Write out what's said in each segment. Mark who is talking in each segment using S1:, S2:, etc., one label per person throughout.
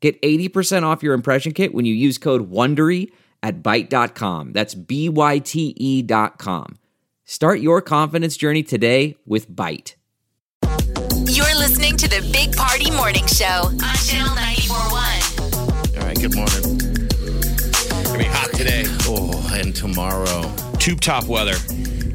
S1: Get 80% off your impression kit when you use code WONDERY at Byte.com. That's B-Y-T-E E dot com. Start your confidence journey today with Byte.
S2: You're listening to the Big Party Morning Show on Channel 941.
S3: All right, good morning. Gonna be hot today. Oh, and tomorrow.
S4: tube top weather.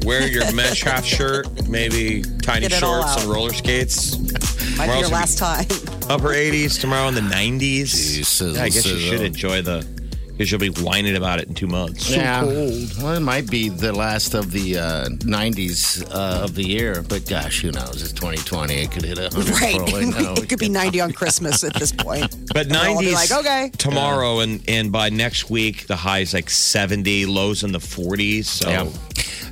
S4: Wear your mesh half shirt, maybe tiny
S5: Get it all
S4: shorts
S5: out.
S4: and roller skates.
S5: Might be
S4: Tomorrow's
S5: your
S4: gonna
S5: last time.
S4: be upper 80s, tomorrow in the 90s.
S3: sizzle,
S4: Yeah, I guess you
S3: sizzle.
S4: should enjoy the, because you'll be whining about it in two months.
S3: yeah. Well, it might be the last of the uh, 90s uh, of the year, but gosh, who knows? It's 2020. It could hit 100
S5: Right.
S3: for all I know.
S5: it could be 90 on Christmas at this point.
S4: But
S5: We'll all
S4: 90s
S5: be like, okay.
S4: tomorrow, and, and by next week, the high's like 70, lows in the 40s. So,
S3: Yeah.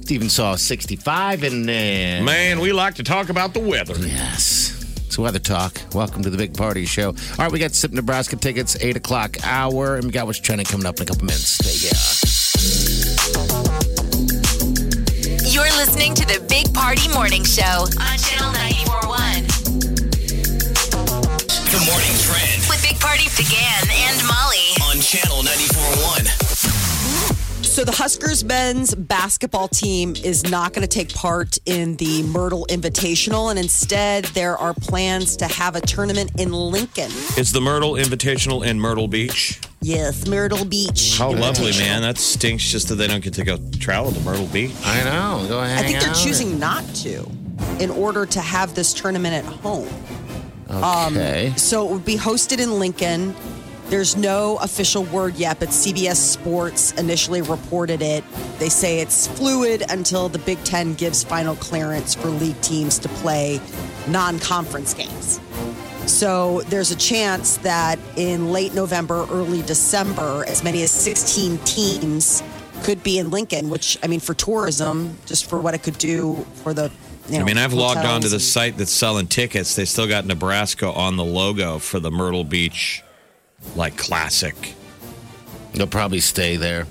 S3: Steven saw uh, 65 and then.
S4: man, we like to talk about the weather.
S3: Yes. It's Weather Talk. Welcome to the Big Party Show. All right, we got SIP Nebraska tickets, 8 o'clock hour, and we got what's trending coming up in a couple minutes. Stay here.
S2: You're listening to the Big Party Morning Show on Channel 941.
S6: Good morning, trend
S2: With Big Party began and Molly.
S6: on channel 94.1.
S5: So the Huskers men's basketball team is not going to take part in the Myrtle Invitational, and instead there are plans to have a tournament in Lincoln.
S4: It's the Myrtle Invitational in Myrtle Beach.
S5: Yes, Myrtle Beach.
S4: How lovely,
S5: Invitational.
S4: man. That stinks just that they don't get to go travel to Myrtle Beach.
S3: I know. Go
S5: I
S3: hang
S5: think they're
S3: out.
S5: choosing not to in order to have this tournament at home. Um,
S3: Okay.
S5: So it would be hosted in Lincoln. There's no official word yet, but CBS Sports initially reported it. They say it's fluid until the Big Ten gives final clearance for league teams to play non conference games. So there's a chance that in late November, early December, as many as 16 teams could be in Lincoln, which, I mean, for tourism, just for what it could do for the. You know,
S4: I mean, I've logged on to
S5: hotels
S4: the
S5: and-
S4: site that's selling tickets. They still got Nebraska on the logo for the Myrtle Beach, like classic,
S3: They'll probably stay there.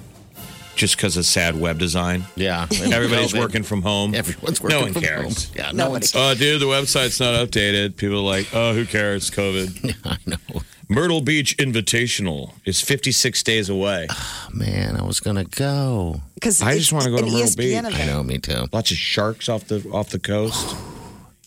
S4: just because of sad web design.
S3: Yeah.
S4: Everybody's
S3: COVID.
S4: working from home.
S3: Everyone's working
S4: No one
S3: from
S4: cares.
S3: home. Yeah, no
S5: Nobody
S3: one's.
S4: Uh, dude, the website's not updated. People are like, oh, who cares? COVID.
S3: I know.
S4: Myrtle Beach Invitational is 56 days away.
S3: Ah, Man, I was going to go.
S5: Because
S4: I
S5: it's
S4: just wanna go to
S5: an E
S4: Myrtle
S5: ESPN
S4: Beach.
S5: event.
S3: I know, me too.
S4: Lots of sharks off the off the coast.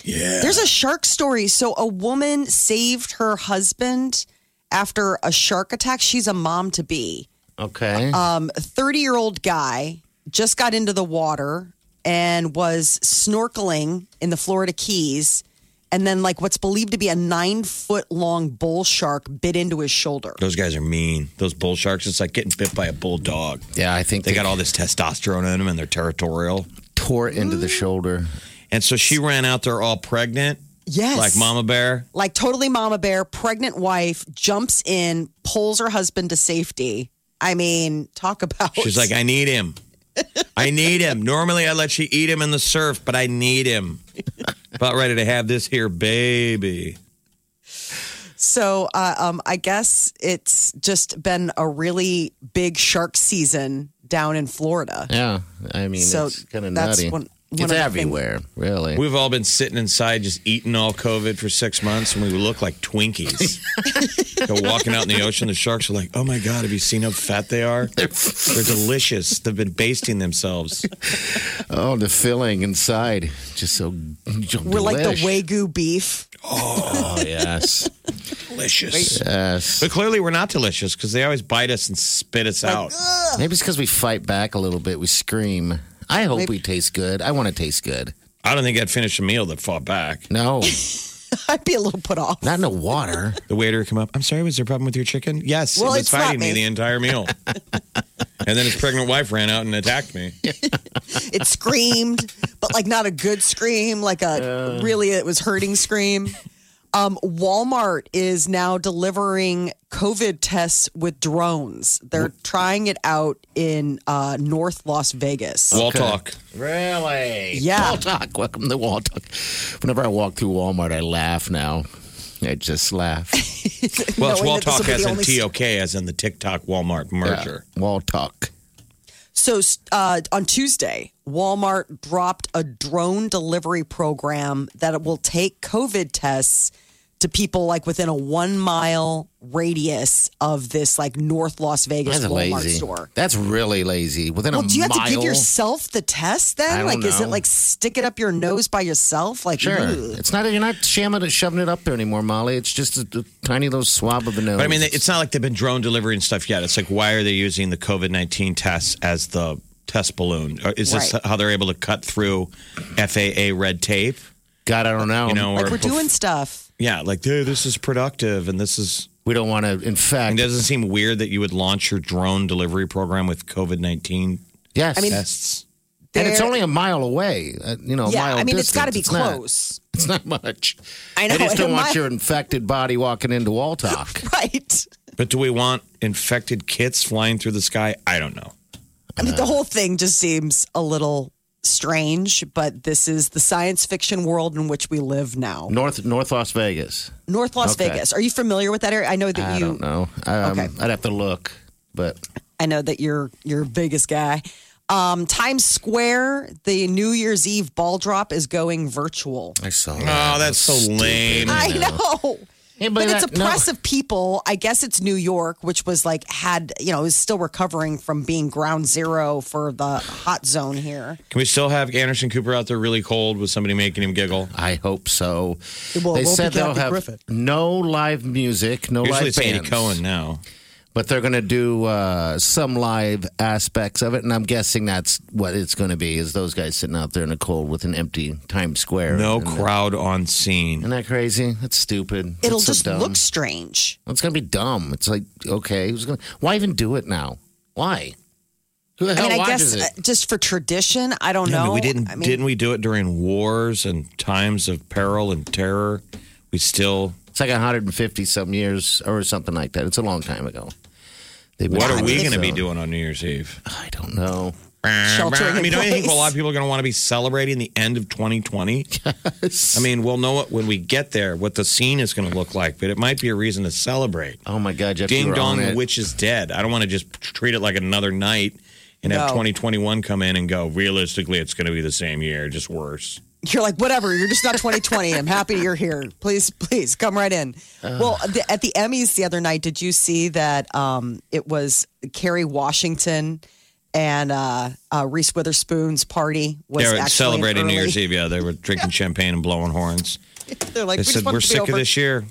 S5: There's a shark story. So a woman saved her husband after a shark attack. She's a mom to be.
S3: Okay.
S5: Um, 30 year old guy just got into the water and was snorkeling in the Florida Keys. And then, like, what's believed to be a nine foot long bull shark bit into his shoulder.
S4: Those guys are mean. Those bull sharks. It's like getting bit by a bulldog.
S3: yeah, I think
S4: They got all this testosterone in them, and they're territorial.
S3: tore into
S5: Mm.
S3: the shoulder.
S4: And so she ran out there all pregnant,
S5: Yes.
S4: like Mama Bear.
S5: Like, totally mama bear, pregnant wife, jumps in, pulls her husband to safety. I mean, talk about.
S4: She's like, I need him. I need him. Normally, I let you eat him in the surf, but I need him. About ready to have this here baby.
S5: So uh, um, I guess it's just been a really big shark season down in Florida.
S3: Yeah. I mean,
S5: So
S3: it's kind of
S5: that's
S3: nutty.
S5: one- one of
S3: it's
S5: the things-
S3: everywhere, really.
S4: We've all been sitting inside just eating all COVID for six months, and we look like Twinkies. Go walking out in the ocean, the sharks are like, "Oh my god, have you seen how fat they are? They're delicious. They've been basting themselves."
S3: oh, the filling inside. Just so.
S5: We're like the Wagyu beef.
S3: Oh, yes.
S4: Delicious.
S3: yes.
S4: But clearly, we're not delicious because they always bite us and spit us out.
S3: Maybe it's because we fight back a little bit. We scream. I hope we taste good. I want to taste good.
S4: I don't think I'd finish a meal that fought back.
S3: No,
S5: I'd be a little put off.
S3: not in the water.
S4: The waiter would come up. I'm sorry, was there a problem with your chicken? Yes,
S5: Well,
S4: it was
S5: it's not
S4: fighting me
S5: me.
S4: the entire meal. and then his pregnant wife ran out and attacked me.
S5: It screamed, but like not a good scream, like a really it was hurting scream. Um, Walmart is now delivering COVID tests with drones. They're trying it out in uh, North Las Vegas.
S4: Wall talk.
S3: Really?
S5: Yeah.
S3: Wall Talk. Welcome to Wall Talk. Whenever I walk through Walmart, I laugh now. I just laugh.
S4: Well, it's
S5: Knowing
S4: Wall talk
S5: that this will be
S4: as
S5: the
S4: in
S5: only-
S4: TOK, as in the TikTok Walmart merger.
S3: Wall Talk.
S5: So uh, on Tuesday, Walmart dropped a drone delivery program that it will take COVID tests to people like within a one mile radius of this like North Las Vegas
S3: That's
S5: Walmart
S3: lazy.
S5: store.
S3: That's really lazy. Within
S5: Well,
S3: a
S5: do you have
S3: mile.
S5: to give yourself the test then?
S3: I don't
S5: like, is it
S3: know.
S5: like stick it up your nose by yourself? Like,
S3: Sure.
S5: ugh.
S3: It's not, you're not shamming it, shoving it up there anymore, Molly. It's just a, a tiny little swab of the nose.
S4: But I mean, it's not like they've been drone delivery and stuff yet. It's like, why are they using the COVID 19 tests as the test balloon? Or Is this
S5: Right.
S4: how they're able to cut through FAA red tape?
S3: God, I don't know.
S4: You know,
S5: like
S4: or
S5: we're doing stuff.
S4: yeah, like, dude, this is productive and this is.
S3: we don't want to infect.
S4: It doesn't seem weird that you would launch your drone delivery program with COVID 19
S3: yes.
S5: I mean,
S4: tests.
S3: and it's
S5: They're-
S3: only a mile away. Uh, you know, a
S5: yeah,
S3: mile
S5: I mean, it's got to
S3: distance.
S5: be
S3: not-
S5: close,
S3: It's not much.
S5: I know,
S3: They just
S5: and
S3: don't
S5: a
S3: want
S5: mile-
S3: your infected body walking into Wall Talk.
S5: right?
S4: But do we want infected kits flying through the sky? I don't know.
S5: I mean, the whole thing just seems a little strange, but this is the science fiction world in which we live now.
S3: North North Las Vegas.
S5: North Las
S3: Okay.
S5: Vegas. Are you familiar with that area? I know that
S3: I
S5: you.
S3: don't know. Um,
S5: Okay.
S3: I'd have to look, but
S5: I know that you're your biggest guy. Um, Times Square, the New Year's Eve ball drop is going virtual.
S3: I saw.
S4: Oh, that's so lame.
S5: I know.
S3: Anybody
S5: But it's a
S3: that- no.
S5: press of people. I guess it's New York, which was like had you know is still recovering from being ground zero for the hot zone here.
S4: Can we still have Anderson Cooper out there really cold with somebody making him giggle?
S3: I hope so.
S5: Well,
S3: they
S5: it won't
S3: said
S5: be
S3: they'll
S5: Kathy
S3: have
S5: Griffin.
S3: no live music, no
S4: Usually
S3: live
S4: it's Andy
S3: bands,
S4: Cohen now.
S3: but they're going to do uh, some live aspects of it, and I'm guessing that's what it's going to be. Is those guys sitting out there in the cold with an empty Times Square?
S4: No
S3: and,
S4: crowd on scene.
S3: Isn't that crazy? That's stupid.
S5: It'll
S3: That's so
S5: just
S3: dumb.
S5: look strange.
S3: It's gonna be dumb. It's like okay, who's gonna? Why even do it now? Why? Who
S5: I
S3: the hell
S5: mean, I
S3: watches
S5: guess uh,
S3: it?
S5: just for tradition, I don't
S4: Yeah, but
S5: know.
S4: we didn't
S5: Oh, I mean,
S4: didn't we do it during wars and times of peril and terror? We still
S3: It's like 150 some years or something like that. It's a long time ago. They've been
S4: What are
S3: doing
S4: we
S3: it,
S4: going to be
S3: so-
S4: doing on New Year's Eve?
S3: I don't know.
S5: Sheltering
S4: I
S5: in
S4: mean, don't you think a
S5: place.
S4: lot of people are going to want to be celebrating the end of 2020? I mean, we'll know it when we get there what the scene is going to look like, but it might be a reason to celebrate.
S3: Oh my God, Jeff, you
S4: Ding
S3: were
S4: dong,
S3: on
S4: the
S3: it.
S4: witch is dead. I don't want to just treat it like another night and have
S5: No.
S4: 2021 come in and go, realistically, it's going to be the same year, just worse.
S5: you're like whatever. You're just not 2020. I'm happy you're here. Please, please come right in. well, the, at the Emmys the other night, did you see that? Um, it was Kerry Washington and uh, uh, Reese Witherspoon's party was
S4: They were
S5: actually
S4: celebrating
S5: an
S4: New
S5: early-
S4: Year's Eve. Yeah, they were drinking champagne and blowing horns.
S5: They're like,
S4: They
S5: we
S4: said,
S5: just want
S4: we're
S5: it to be
S4: sick of
S5: over."
S4: this year,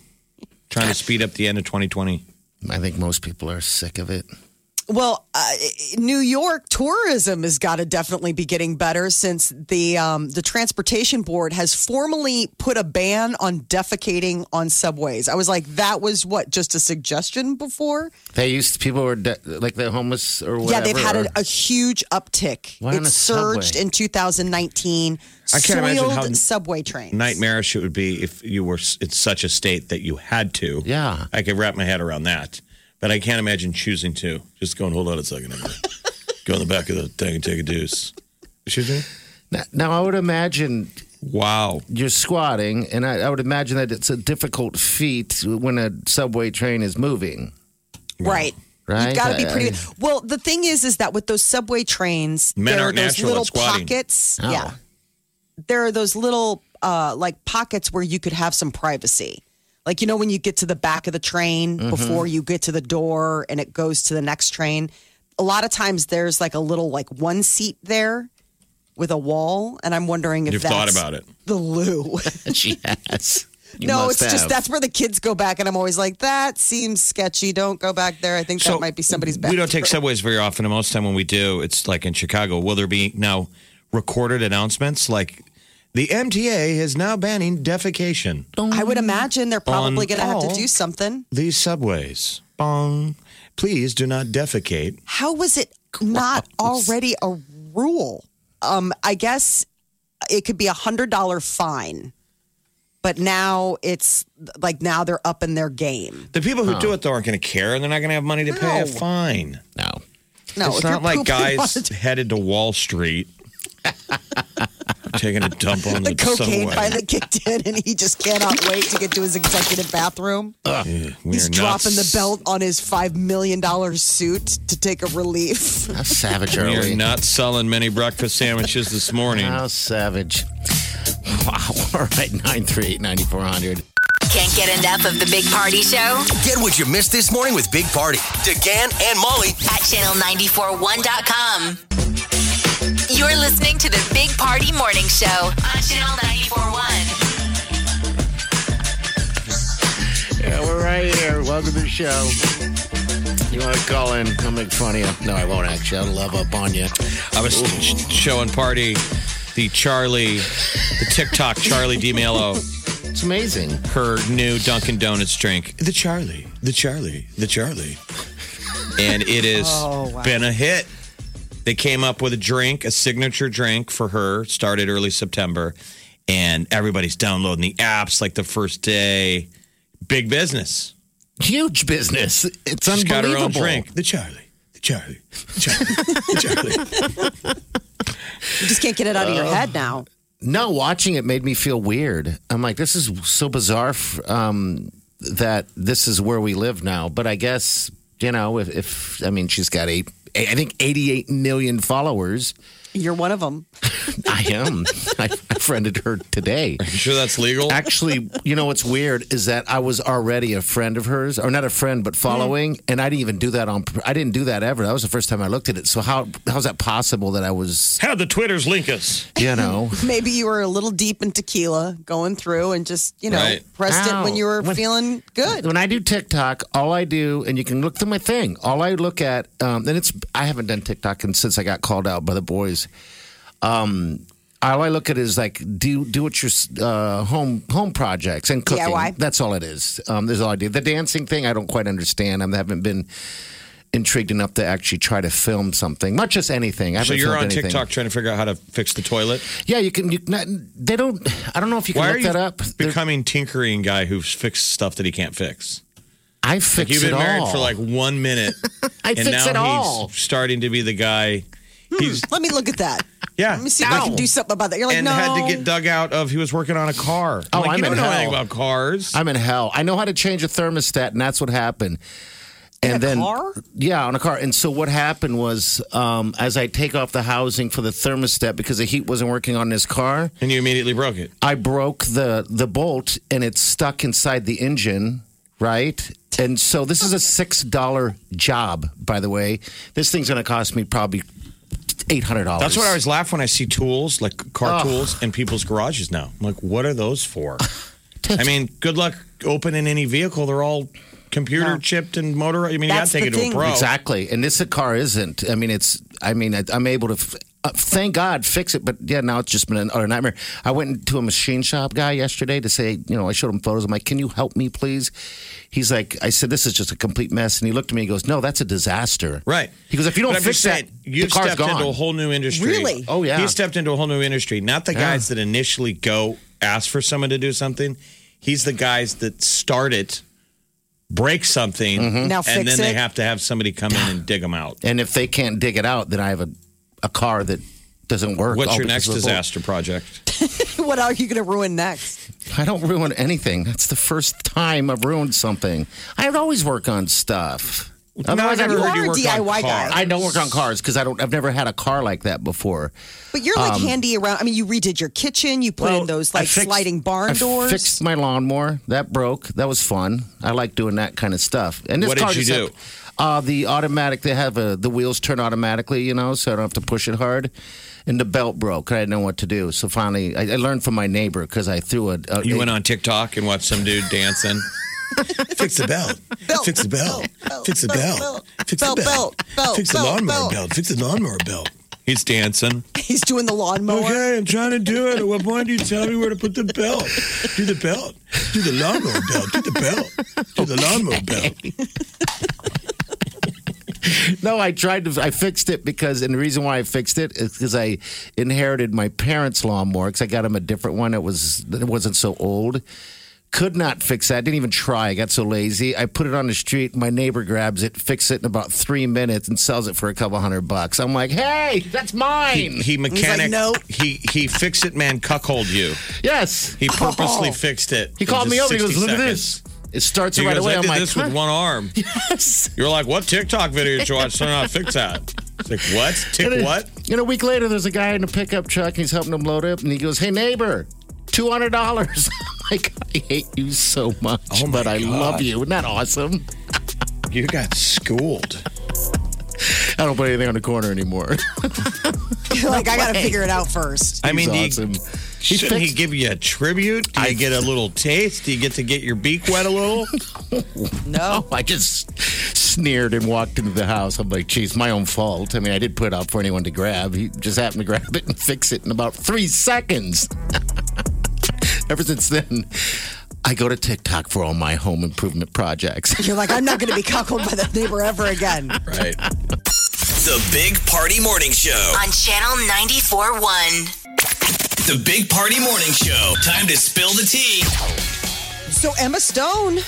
S4: trying to speed up the end of 2020.
S3: I think most people are sick of it.
S5: Well, uh, New York tourism has got to definitely be getting better since the um, the transportation board has formally put a ban on defecating on subways. I was like, that was what just a suggestion before.
S3: They used people were de- like the homeless or whatever.
S5: yeah, they've had
S3: or-
S5: a, a huge uptick.
S3: Why on
S5: it
S3: a
S5: surged
S3: subway?
S5: in 2019.
S4: I can't imagine
S5: soiled
S4: how
S5: subway trains.
S4: Nightmarish it would be if you were in such a state that you had to.
S3: Yeah.
S4: I could wrap my head around that, but I can't imagine choosing to. Just going, hold on a second. I'm gonna go in the back of the thing and take a deuce. Excuse me?
S3: Now, now I would imagine
S4: Wow.
S3: you're squatting, and I, I would imagine that it's a difficult feat when a subway train is moving.
S5: Right.
S3: Right?
S5: You've got to
S4: Uh,
S5: be
S3: I-
S5: pretty.
S3: I-
S5: well, the thing is, is that with those subway trains,
S4: Men
S5: there are
S4: aren't
S5: those
S4: natural
S5: little
S4: at squatting.
S5: pockets.
S3: Oh.
S5: Yeah. There are those little, uh, like, pockets where you could have some privacy. Like, you know, when you get to the back of the train
S4: Mm-hmm.
S5: before you get to the door and it goes to the next train, a lot of times there's like a little, like, one seat there with a wall. And I'm wondering if
S4: You've
S5: that's
S4: thought about it.
S5: the loo.
S3: She has. You
S5: no, it's
S3: must
S5: just
S3: have.
S5: that's where the kids go back. And I'm always like, that seems sketchy. Don't go back there. I think that might be somebody's back.
S4: We don't take subways very often, and most time when we do, it's like in Chicago. Will there be now recorded announcements like the MTA is now banning defecation?
S5: I would imagine they're probably
S4: On
S5: going to have to
S4: all-
S5: do something.
S4: These subways, bong. Please do not defecate.
S5: How was it not already a rule? Um, I guess it could be a hundred dollar fine But now it's like now they're up in their game.
S4: The people who do it though aren't going to care, and they're not going to have money to pay a
S5: No.
S4: fine.
S3: No.
S5: No,
S4: it's
S5: if
S4: not
S5: you're
S4: like
S5: pooping
S4: guys
S5: on it-
S4: headed to Wall Street, taking a dump on the,
S5: the cocaine
S4: subway.
S5: finally kicked in, and he just cannot wait to get to his executive bathroom.
S4: We
S5: He's
S4: are
S5: dropping
S4: not,
S5: the belt on his five million dollar suit to take a relief.
S3: How savage are
S4: We
S3: we?
S4: are not selling many breakfast sandwiches this morning.
S3: How savage. Wow. All right. 938 9400.
S2: Can't get enough of the Big Party Show
S6: Get what you missed this morning with Big Party. DeGan and Molly.
S2: at channel941.com. You're listening to the Big Party Morning Show on Channel 941.
S3: Yeah, we're right here. Welcome to the show. You want to call in? I'll make fun of you. No, I won't actually. I'll love up on you.
S4: I was sh- showing party the Charlie, the TikTok Charlie DiMelo,
S3: It's amazing.
S4: her new Dunkin' Donuts drink. The Charlie, the Charlie, the Charlie. And it has been a hit. They came up with a drink, a signature drink for her, started early September, and everybody's downloading the apps like the first day. Big business.
S3: Huge business. It's
S4: She's got
S3: unbelievable.
S4: her own drink. The Charlie, the Charlie, the Charlie, the Charlie.
S5: You just can't get it out of your head now.
S3: No, watching it made me feel weird. I'm like, this is so bizarre f- um, that this is where we live now. But I guess you know, if, if I mean, she's got eight, I think 88 million followers.
S5: You're one of them.
S3: I am. I, I friended her today.
S4: You sure that's legal?
S3: Actually, you know what's weird is that I was already a friend of hers, or not a friend,
S5: Mm.
S3: but following, and I didn't even do that on. I didn't do that ever. That was the first time I looked at it. So how how's that possible that I was,
S4: How the Twitters link us.
S3: you know,
S5: Maybe you were a little deep in tequila going through and just, you know,
S4: Right.
S5: pressed it
S3: Ow.
S5: when you were
S3: When-
S5: feeling good.
S3: when I do TikTok, all I do, and you can look through my thing. All I look at, um, and it's I haven't done TikTok and since I got called out by the boys. Um, all I look at is like do do what your uh, home home projects and cooking.
S5: DIY.
S3: That's all it is. Um, there's all I do. The dancing thing, I don't quite understand. I haven't been intrigued enough to actually try to film something, much as anything. I
S4: So
S3: haven't
S4: you're on
S3: filmed anything.
S4: TikTok trying to figure out how to fix the toilet.
S3: Yeah, you can. You can. They don't. I don't know if you can
S4: Why are
S3: look
S4: you
S3: that up. They're-
S4: becoming tinkering guy who fixed stuff that he can't fix?
S3: I fix
S4: You've
S3: it
S4: been married
S3: all.
S4: for like one minute,
S3: I
S4: and
S3: fix
S4: now
S3: it all. Hmm.
S4: he's starting to be the guy. He's
S5: Let me look at that.
S4: yeah,
S5: Let me see if I can do something about that. You're like,
S4: and
S5: no.
S4: had to get dug out of. He was working on a car.
S3: Oh,
S4: like,
S3: I'm
S4: you don't
S3: in
S4: know
S3: hell.
S4: anything about cars.
S3: I'm in hell. I know how to change a thermostat, and that's what happened. And
S5: a
S3: then,
S5: car?
S3: yeah, on a car. And so what happened was, um, as I take off the housing for the thermostat because the heat wasn't working on his car,
S4: and you immediately broke it.
S3: I broke the the bolt, and it's stuck inside the engine. Right. And so this is a six dollar job, by the way. This thing's going to cost me probably eight hundred dollars.
S4: That's what I always laugh when I see tools like car
S3: Ugh.
S4: tools in people's garages now. I'm like, what are those for? I mean, good luck opening any vehicle. They're all computer chipped and motor. I mean,
S5: That's
S4: you got to take it
S5: the
S4: to a
S5: thing.
S4: pro.
S3: Exactly. And this car isn't. I mean, it's. I mean, I, I'm able to. F- uh, thank God, fix it. But yeah, now it's just been an, a nightmare. I went to a machine shop guy yesterday to say, you know, I showed him photos. I'm like, can you help me, please? He's like, I said, this is just a complete mess. And he looked at me. and goes, no, that's a disaster.
S4: Right.
S3: He goes, if you don't
S4: But I'm
S3: fix
S4: just
S3: that,
S4: saying,
S3: the
S4: you've
S3: car's
S4: stepped into a
S3: gone.
S4: whole new industry.
S5: Really?
S3: Oh, yeah.
S4: He stepped into a whole new industry. Not the guys that initially go ask for someone to do something. He's the guys that start it, break something,
S5: Now
S4: and
S5: fix
S4: then they
S5: it.
S4: have to have somebody come in and dig them out.
S3: Mm-hmm. And if they can't dig it out, then I have a, a car that doesn't work.
S4: What's
S3: all
S4: your next
S3: because of the bolt.
S4: disaster project?
S5: what are you going to ruin next?
S3: I don't ruin anything. That's the first time I've ruined something. I would always work on stuff. Otherwise,
S4: I've
S3: I'd
S4: never
S5: You
S4: heard
S5: are a
S4: worked on
S5: DIY
S4: cars.
S5: guy.
S3: I don't work on cars because I don't. I've never had a car like that before. Um,
S5: But you're
S4: Um,
S5: like handy around. I mean, you redid your kitchen. You put in those
S3: I
S5: like
S3: fixed-
S5: sliding barn
S3: I
S5: doors.
S3: Fixed my lawnmower. That broke. That was fun. I like doing that kind of stuff. And this
S4: What did
S3: car
S4: you
S3: just
S4: do?
S3: had- uh, the automatic. They have a, the wheels turn automatically, you know, so I don't have to push it hard. And the belt broke. I didn't know what to do. So finally, I, I learned from my neighbor because I threw a. a
S4: Oh, You went on TikTok and watched some dude dancing.
S7: Fix the belt. Fix the belt. Fix the
S5: belt,
S7: belt.
S5: belt,
S7: Fix
S5: belt,
S7: the
S5: belt,
S7: belt.
S5: belt,
S7: Fix the
S5: belt,
S7: lawnmower
S5: belt.
S7: belt. Fix the lawnmower belt.
S4: He's dancing.
S5: He's doing the lawnmower.
S7: Okay, I'm trying to do it. At what point do you tell me where to put the belt? Do the belt. Do the lawnmower belt. Do the belt. Do the lawnmower belt.
S3: no, I tried to. I fixed it because, and the reason why I fixed it is because I inherited my parents' lawnmower because I got him a different one that was that wasn't so old. Could not fix that. Didn't even try. I got so lazy. I put it on the street. My neighbor grabs it, fixes it in about three minutes, and sells it for a couple hundred bucks. I'm like, hey, that's mine.
S4: He mechanic.
S5: "No."
S4: He he fix it man cuckold you.
S3: yes.
S4: He purposely
S3: Oh.
S4: fixed it.
S3: He
S4: in
S3: called
S4: just
S3: me over.
S4: 60
S3: He goes, look at
S4: seconds.
S3: this. It starts
S4: He
S3: right
S4: goes,
S3: away.
S4: I
S3: I'm
S4: did
S3: like,
S4: this
S3: "Huh?"
S4: with one arm.
S3: Yes.
S4: You're like, what TikTok video did you watch? So I fix that. It's like what?
S3: And
S4: Tick
S3: then-
S4: what?
S3: And a week later, there's a guy in a pickup truck, and he's helping him load up, and he goes, "Hey neighbor, two hundred dollars." Like I hate you so much,
S4: Oh, my
S3: but I
S4: God.
S3: love you. Isn't that awesome?
S4: You got schooled.
S3: I don't put anything on the corner anymore.
S5: like I got to figure it out first.
S4: I mean, do you-
S3: he's awesome. He
S4: shouldn't he
S3: fixed-
S4: give you a tribute? Do you
S3: I-
S4: get a little taste? Do you get to get your beak wet a little?
S5: No,
S3: Oh, I just sneered and walked into the house. I'm like, "Geez, my own fault." I mean, I did put it out for anyone to grab. He just happened to grab it and fix it in about three seconds. Ever since then, I go to TikTok for all my home improvement projects.
S5: you're like I'm not going to be cuckolded by that neighbor ever again.
S4: right.
S6: The Big Party Morning Show.
S2: on Channel 94.1.
S6: The Big Party Morning Show. Time to spill the tea.
S5: So Emma Stone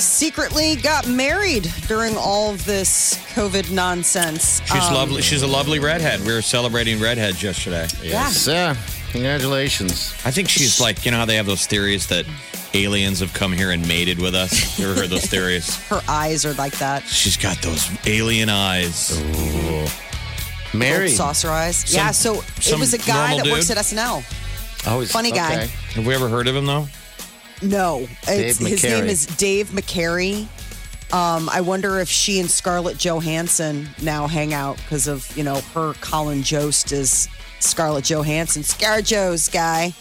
S5: secretly got married during all of this COVID nonsense. Um,
S4: She's lovely. She's a lovely redhead. We were celebrating redheads yesterday.
S3: Yes, sir. Congratulations.
S4: I think she's like, you know how they have those theories that aliens have come here and mated with us? You ever heard those theories?
S5: Her eyes are like that.
S4: She's got those alien eyes.
S3: Mary.
S5: Gold saucer eyes. yeah, so it
S4: some
S5: was a guy
S4: normal
S5: that works at
S4: dude?
S5: SNL.
S3: Always
S5: Funny guy.
S3: Oh, okay.
S4: Have we ever heard of him, though?
S5: No, it's,
S3: Dave
S5: his
S3: McCary.
S5: name is Dave McCary. Um, I wonder if she and Scarlett Johansson now hang out because of you know her Colin Jost is Scarlett Johansson, ScarJo's guy.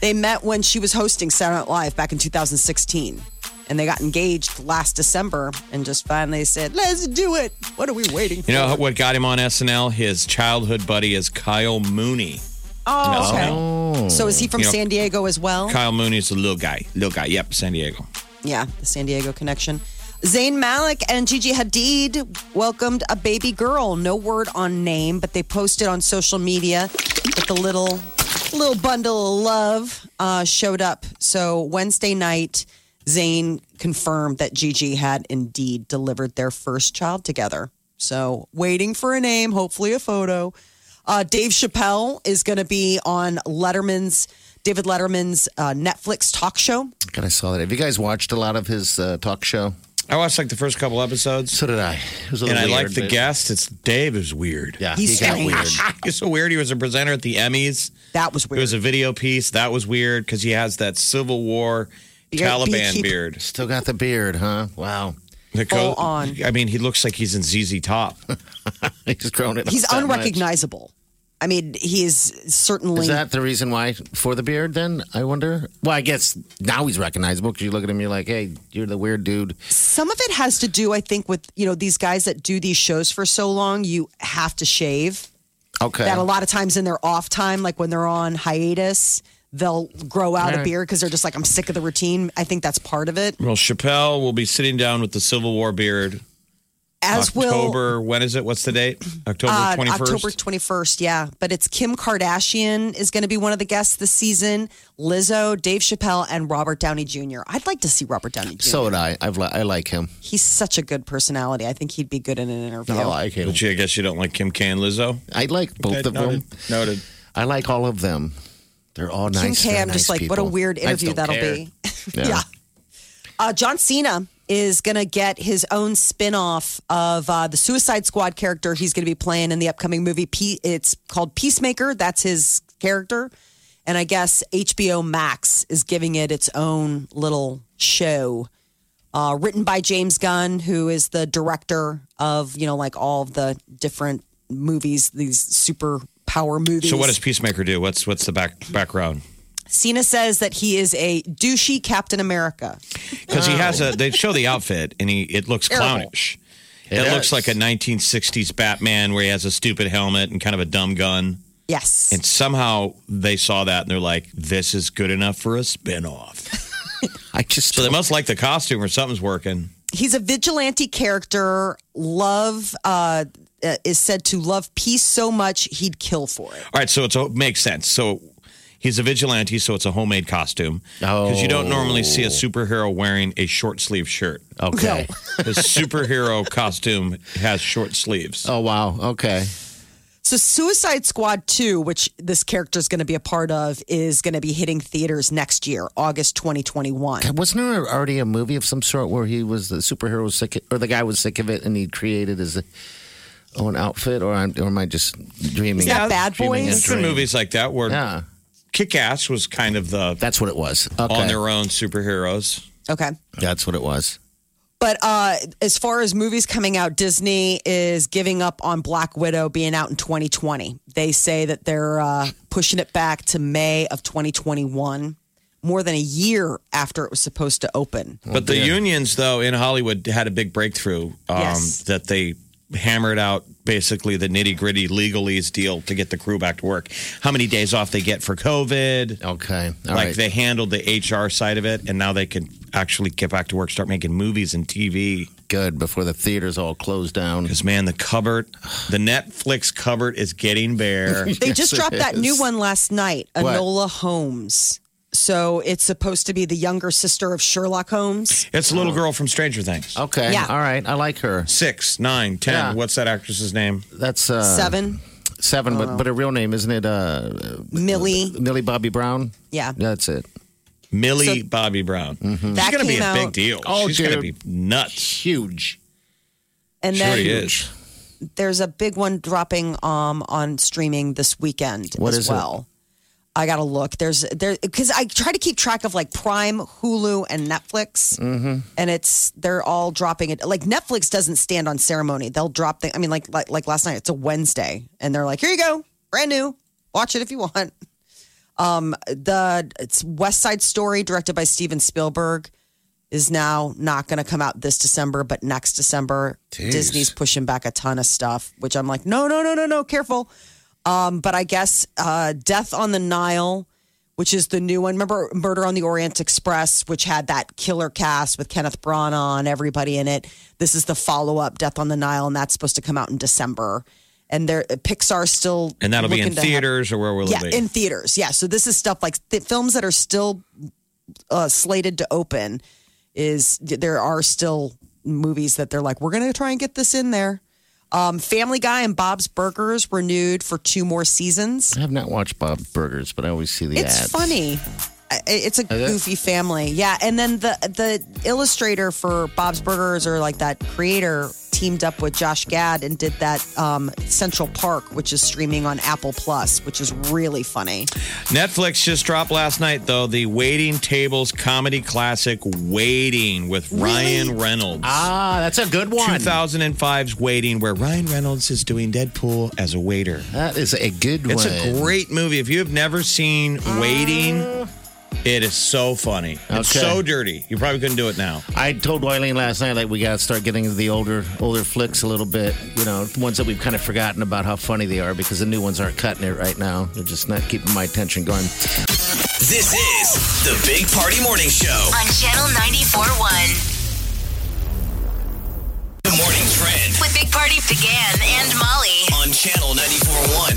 S5: They met when she was hosting Saturday Night Live back in 2016, and they got engaged last December, and just finally said, "Let's do it." What are we waiting for?
S4: You know what got him on SNL? His childhood buddy is Kyle Mooney.
S5: oh, okay.
S3: Oh.
S5: So is he from
S4: You know-
S5: San Diego as well?
S4: Kyle Mooney's a little guy. Little guy. Yep, San Diego.
S5: yeah, the San Diego connection. Zayn Malik and Gigi Hadid welcomed a baby girl. No word on name, but they posted on social media that the little little bundle of love uh, showed up. So Wednesday night, Zayn confirmed that Gigi had indeed delivered their first child together. So waiting for a name, hopefully a photo. Uh, Dave Chappelle is going to be on Letterman's David Letterman's uh, Netflix talk show
S3: God, I saw that. Have you guys watched a lot of his uh, talk show?
S4: I watched like the first couple episodes,
S3: So did I. It was a
S4: and
S3: little
S4: I
S3: weird,
S4: liked the
S3: but-
S4: guest. It's Dave is weird.
S3: Yeah,
S5: He's
S3: he got
S5: strange.
S3: weird.
S4: It's so weird. He was a presenter at the Emmys.
S5: That was
S4: It
S5: weird.
S4: was a video piece. That was weird because he has that Civil War
S5: got
S4: Taliban
S5: beekeep-
S4: beard.
S3: Still got the beard, huh? Wow.
S4: The
S5: Full
S4: co-
S5: on.
S4: I mean, he looks like he's in ZZ Top.
S3: He's grown it. up
S5: He's
S3: that much.
S5: unrecognizable. I mean, he is certainly.
S3: Is that the reason why for the beard? Then I wonder. Well, I guess now he's recognizable because you look at him, you're like, "Hey, you're the weird dude."
S5: some of it has to do, I think, with you know these guys that do these shows for so long. You have to shave.
S3: Okay.
S5: That a lot of times in their off time, like when they're on hiatus, they'll grow out a
S3: All right.
S5: beard because they're just like, I'm sick of the routine. I think that's part of it.
S4: Well, Chappelle will be sitting down with the Civil War beard.
S5: As will
S4: October. When is it? What's the date? October
S5: Uh,
S4: twenty
S5: October
S4: first.
S5: 21st, yeah. But it's Kim Kardashian is going to be one of the guests this season, Lizzo, Dave Chappelle, and Robert Downey Jr. I'd like to see Robert Downey Jr.
S3: So would I. I've li- I like him.
S5: He's such a good personality. I think he'd be good in an interview.
S3: I like him.
S4: But you, I guess you don't like Kim K and Lizzo.
S3: I like both
S4: Okay,
S3: of
S4: noted,
S3: them.
S4: Noted.
S3: I like all of them. They're all
S5: Kim
S3: nice.
S5: K,
S3: they're
S5: I'm just
S3: nice
S5: like, what a
S3: people.
S5: weird
S3: I just
S5: interview
S3: don't
S5: that'll
S3: care.
S5: be. yeah. Uh, John Cena is going to get his own spin off of uh, the Suicide Squad character he's going to be playing in the upcoming movie. Pe- it's called Peacemaker. That's his character. And I guess HBO Max is giving it its own little show. Uh, written by James Gunn, who is the director of, you know, like all of the different movies, these superpower movies.
S4: So, what does Peacemaker do? What's what's the back background?
S5: Cena says that he is a douchey Captain America.
S4: Because he has a. They show the outfit, and he it looks
S5: Terrible.
S4: clownish. It,
S3: It
S4: looks
S3: is.
S4: like a 1960s Batman where he has a stupid helmet and kind of a dumb gun.
S5: Yes.
S4: And somehow they saw that and they're like, this is good enough for a spin off.
S3: I just
S4: So they must like the costume or something's working.
S5: he's a vigilante character. Love uh, uh, is said to love peace so much he'd kill for it.
S4: All right, so it's, it makes sense. So he's a vigilante, so it's a homemade costume. Because you don't normally see a superhero wearing a short sleeve shirt.
S3: Oh. Okay.
S4: The superhero costume has short sleeves.
S3: Oh wow. Okay.
S5: So Suicide Squad 2, which this character is going to be a part of, is going to be hitting theaters next year, August 2021.
S3: Wasn't there already a movie of some sort where he was the superhero was sick or the guy was sick of it and he created his own outfit? Or, I'm, or am I just dreaming?
S5: that Bad
S3: dreaming
S5: Boys?
S3: and
S4: There's been
S3: dreaming?
S4: movies like that where
S3: Yeah,
S4: Kick Ass was kind of the
S3: that's what it was. Okay.
S4: on their own superheroes.
S5: Okay.
S3: That's what it was.
S5: But uh, as far as movies coming out, Disney is giving up on Black Widow being out in 2020. They say that they're uh, pushing it back to May of 2021, more than a year after it was supposed to open.
S4: But the unions, though, in Hollywood had a big breakthrough um,
S5: Yes.
S4: that they hammered out basically the nitty gritty legalese deal to get the crew back to work. How many days off they get for COVID.
S3: Okay. All
S4: like
S3: right.
S4: they handled the HR side of it, and now they can actually get back to work, start making movies and TV.
S3: Good before the theaters all closed down.
S4: Because man, the cupboard, the Netflix cupboard is getting bare.
S5: They just
S3: it
S5: dropped that new
S3: is.
S5: one last night,
S3: What?
S5: Anola Holmes. So it's supposed to be the younger sister of Sherlock Holmes.
S4: it's the little
S3: Uh.
S4: girl from Stranger Things.
S3: Oh. Okay.
S5: Yeah.
S3: All right. I like her.
S4: Six, nine, ten.
S3: Yeah.
S4: What's that actress's name?
S3: That's uh,
S5: Seven, Oh.
S3: Seven, but, but her real name isn't it? Uh,
S5: Millie.
S3: Millie Bobby Brown.
S5: Yeah.
S3: That's it.
S4: Millie
S5: So-
S4: Bobby Brown.
S5: That
S4: She's gonna be
S5: came
S4: a big
S5: out-
S4: deal.
S3: Mm-hmm. Oh,
S4: She's gonna be
S3: dude.
S4: nuts.
S3: Huge.
S5: And
S4: Sure
S5: then
S4: he is.
S5: there's a big one dropping um, on streaming this weekend
S3: What
S5: as
S3: is it?
S5: well. I gotta look. There's there because I try to keep track of like Prime, Hulu, and Netflix,
S3: Mm.
S5: mm-hmm. and it's they're all dropping it. Like Netflix doesn't stand on ceremony; they'll drop the. I mean, like like, like last night, it's a Wednesday, and they're like, "Here you go, brand new. Watch it if you want." Um, the it's West Side Story, directed by Steven Spielberg, is now not going to come out this December, but next December. Disney's pushing back a ton of stuff, which I'm like, no, no, no, no, no, careful. Um, but I guess uh, Death on the Nile, which is the new one. Remember Murder on the Orient Express, which had that killer cast with Kenneth Branagh and everybody in it. This is the follow up, Death on the Nile, and that's supposed to come out in December. And there, Pixar's still
S4: And that'll be in
S5: looking to have-
S4: theaters or where will
S5: yeah,
S4: it be?
S5: in theaters. Yeah. So this is stuff like th- films that are still uh, slated to open. Is there are still movies that they're like, we're going to try and get this in there. Um, Family Guy and Bob's Burgers renewed for two more seasons.
S3: I have not watched Bob Burgers, but I always see the
S5: It's
S3: ads.
S5: funny. I- It's a
S3: it?
S5: goofy family, yeah. And then the the illustrator for Bob's Burgers or like that creator teamed up with Josh Gad and did that um, Central Park, which is streaming on Apple Plus, which is really funny.
S4: Netflix just dropped last night though the Waiting Tables comedy classic Waiting with Ryan Reynolds.
S3: Ah, that's a good one.
S4: 2005's Waiting, where Ryan Reynolds is doing Deadpool as a waiter.
S3: That is a good
S4: It's
S3: one.
S4: a great movie. If you have never seen Waiting, it is so funny. It's
S3: Okay.
S4: so dirty. You probably couldn't do it now.
S3: I told Eileen last night like we gotta start getting into the older older flicks a little bit. You know, the ones that we've kind of forgotten about how funny they are because the new ones aren't cutting it right now. They're just not keeping my attention going.
S6: This is the Big Party Morning
S3: Oh.
S6: Show.
S2: On Channel 94.1
S6: The morning trend
S2: with Big Party began and Molly.
S6: on channel 94.1.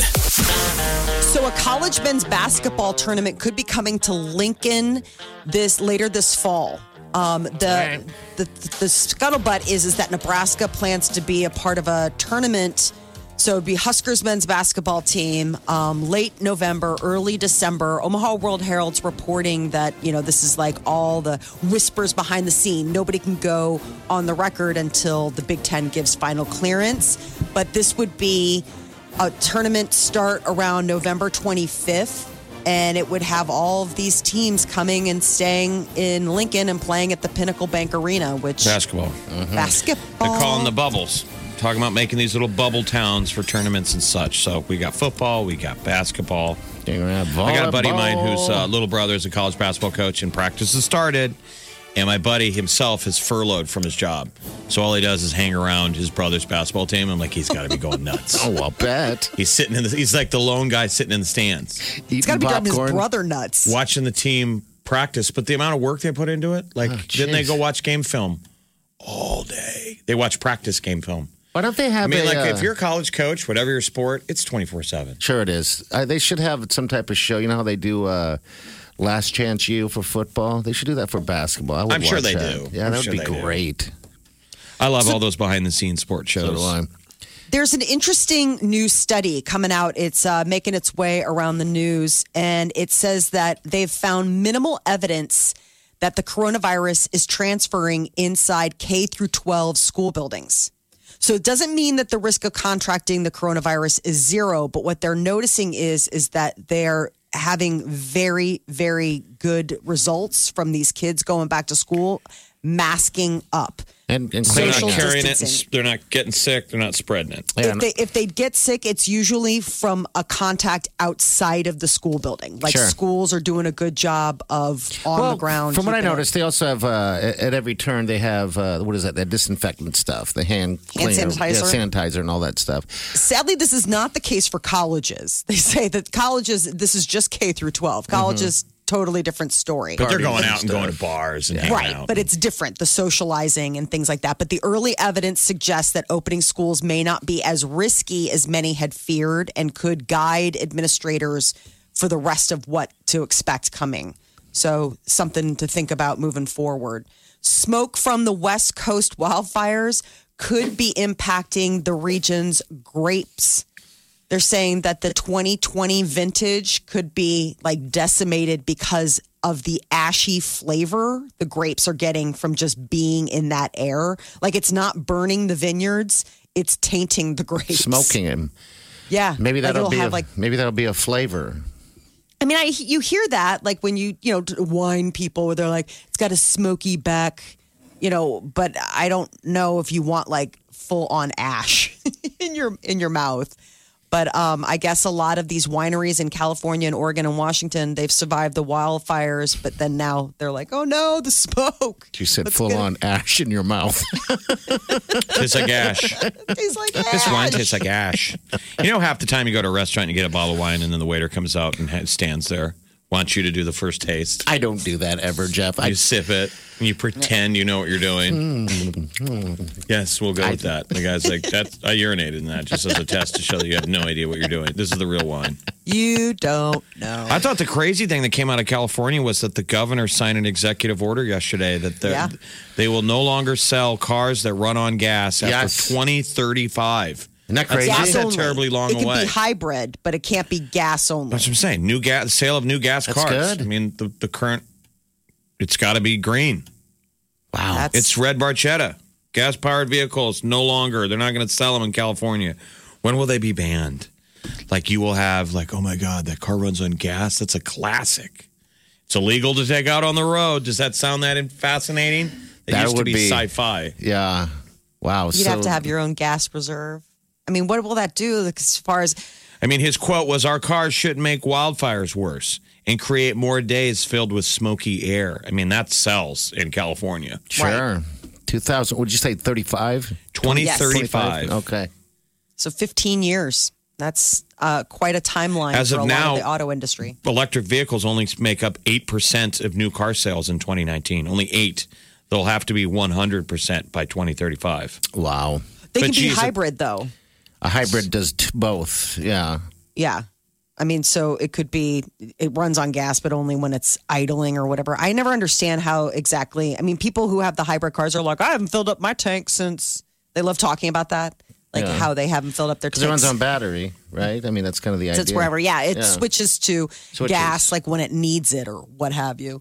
S5: So, a college men's basketball tournament could be coming to Lincoln this later this fall. Um, the, the the scuttlebutt is is that Nebraska plans to be a part of a tournament. So it'd be Huskers men's basketball team um, late November, early December. Omaha World Herald's reporting that you know this is like all the whispers behind the scene. Nobody can go on the record until the Big Ten gives final clearance. But this would be a tournament start around November 25th, and it would have all of these teams coming and staying in Lincoln and playing at the Pinnacle Bank Arena, which
S4: Basketball. Mm-hmm.
S5: basketball.
S4: They're calling the bubbles. Talking about making these little bubble towns for tournaments and such. So we got football, we got basketball. I got a buddy of mine whose uh, little brother is a college basketball coach, and practice has started. And my buddy himself is furloughed from his job, so all he does is hang around his brother's basketball team. I'm like, he's got to be going nuts.
S3: Oh, I'll bet.
S4: He's sitting in the. He's like the lone guy sitting in the stands,
S5: It's got to be driving his brother nuts.
S4: watching the team practice. But the amount of work they put into it, like
S3: Oh,
S4: didn't they
S3: jeez.
S4: go watch game film all day. They watch practice game film.
S3: Why don't they have?
S4: I mean,
S3: a,
S4: like
S3: uh,
S4: if you're a college coach, whatever your sport, it's 24 7.
S3: Sure, it is. Uh, they should have some type of show. You know how they do uh, Last Chance U for football? They should do that for basketball. I would
S4: I'm sure
S3: watch
S4: they do.
S3: that. Yeah,
S4: I'm
S3: that would
S4: sure
S3: be
S4: they do.
S3: great.
S4: I love all those behind the scenes sports
S3: So do
S4: shows.
S3: I.
S5: There's an interesting new study coming out. It's uh, making its way around the news, and it says that they've found minimal evidence that the coronavirus is transferring inside K through 12 school buildings. So it doesn't mean that the risk of contracting the coronavirus is zero, but what they're noticing is is that they're having very very good results from these kids going back to school, masking up.
S3: And, and
S4: They're
S5: Social
S4: not carrying it. And,
S5: distancing.
S4: s- they're not getting sick. They're not spreading it.
S3: Yeah,
S5: if
S3: and-
S5: they if they get sick, it's usually from a contact outside of the school building. Like
S3: Sure.
S5: schools are doing a good job of on the ground.
S3: From what I
S5: keeping it-
S3: noticed, they also have uh, at at every turn they have uh, what is that? That disinfectant stuff, the hand
S5: Hand
S3: cleaner,
S5: sanitizer.
S3: yeah, sanitizer, and all that stuff.
S5: Sadly, this is not the case for colleges. They say that colleges. This is just K through twelve. Colleges,
S3: Mm-hmm.
S5: totally different story.
S4: But they're
S3: Parties
S4: going
S3: and
S4: out and
S3: stuff.
S4: going to bars and hanging
S5: Right,
S4: out.
S5: but it's different, the socializing and things like that. But the early evidence suggests that opening schools may not be as risky as many had feared and could guide administrators for the rest of what to expect coming. So, something to think about moving forward. Smoke from the West Coast wildfires could be impacting the region's grapes. They're saying that the 2020 vintage could be like decimated because of the ashy flavor the grapes are getting from just being in that air. Like it's not burning the vineyards, it's tainting the grapes.
S3: Smoking him.
S5: Yeah.
S3: Maybe
S5: Like,
S3: that'll
S5: it'll
S3: be a,
S5: have like
S3: maybe that'll be a flavor.
S5: I mean, I you hear that like when you you know wine people where they're like it's got a smoky back, you know. But I don't know if you want like full on ash in your in your mouth. But um, I guess a lot of these wineries in California and Oregon and Washington they've survived the wildfires, but then now they're like, oh no, the smoke.
S3: You said full on ash in your mouth.
S4: tastes like ash.
S5: He's like,
S4: This wine
S5: ash.
S4: tastes like ash. You know, half the time you go to a restaurant and you get a bottle of wine, and then the waiter comes out and ha- stands there, wants you to do the first taste.
S3: I don't do that ever, Jeff. I Mm-hmm.
S4: You sip it and you pretend you know what you're doing.
S5: Hmm.
S4: Yes, we'll go with that. The guy's like, "That's I urinated in that just as a test to show that you have no idea what you're doing. This is the real wine."
S5: you don't know.
S4: I thought the crazy thing that came out of California was that the governor signed an executive order yesterday that they're-
S5: Yeah.
S4: they will no longer sell cars that run on gas after
S3: Yes.
S4: 2035.
S3: Isn't that
S4: That's
S3: crazy?
S4: not
S5: Gas
S4: that
S5: only.
S4: terribly long
S5: It could
S4: away.
S5: be hybrid, but it can't be gas only.
S4: That's what I'm saying. New gas sale of new gas
S3: That's
S4: cars.
S3: good.
S4: I mean, the, the current it's got to be green.
S3: wow.
S5: That's-
S4: It's red barchetta. Gas powered vehicles no longer. They're not going to sell them in California. When will they be banned? Like you will have like, oh my god, that car runs on gas. That's a classic. It's illegal to take out on the road. Does that sound that fascinating? It
S3: That
S4: used to
S3: would
S4: be,
S3: be-
S4: sci-fi.
S3: yeah. Wow.
S4: Oh,
S5: You'd
S3: so
S5: have to have your own gas reserve. I mean, what will that do like, as far as
S4: I mean, his quote was, "Our cars shouldn't make wildfires worse and create more days filled with smoky air." I mean, that sells in California.
S3: sure. 2000 would you say 35
S4: 2035.
S3: okay
S5: so 15 years? That's uh, quite a timeline
S4: As
S5: for
S4: of
S5: a lot
S4: now-
S5: of the auto industry.
S4: Electric vehicles only make up 8% of new car sales in 2019. Only 8. They'll have to be 100% by 2035.
S3: wow
S4: But
S5: They can be
S4: geez, it-
S5: hybrid though.
S3: a hybrid does t- both yeah
S5: Yeah. I mean, so it could be it runs on gas, but only when it's idling or whatever. I never understand how exactly. I mean, people who have the hybrid cars are like, I haven't filled up my tank since. They love talking about that, like
S3: Yeah.
S5: how they haven't filled up their
S3: because it
S5: tanks.
S3: runs on battery right i mean that's kind of the idea
S5: It's wherever. Yeah, it
S3: Yeah.
S5: switches to
S3: Switches.
S5: gas, like when it needs it or what have you.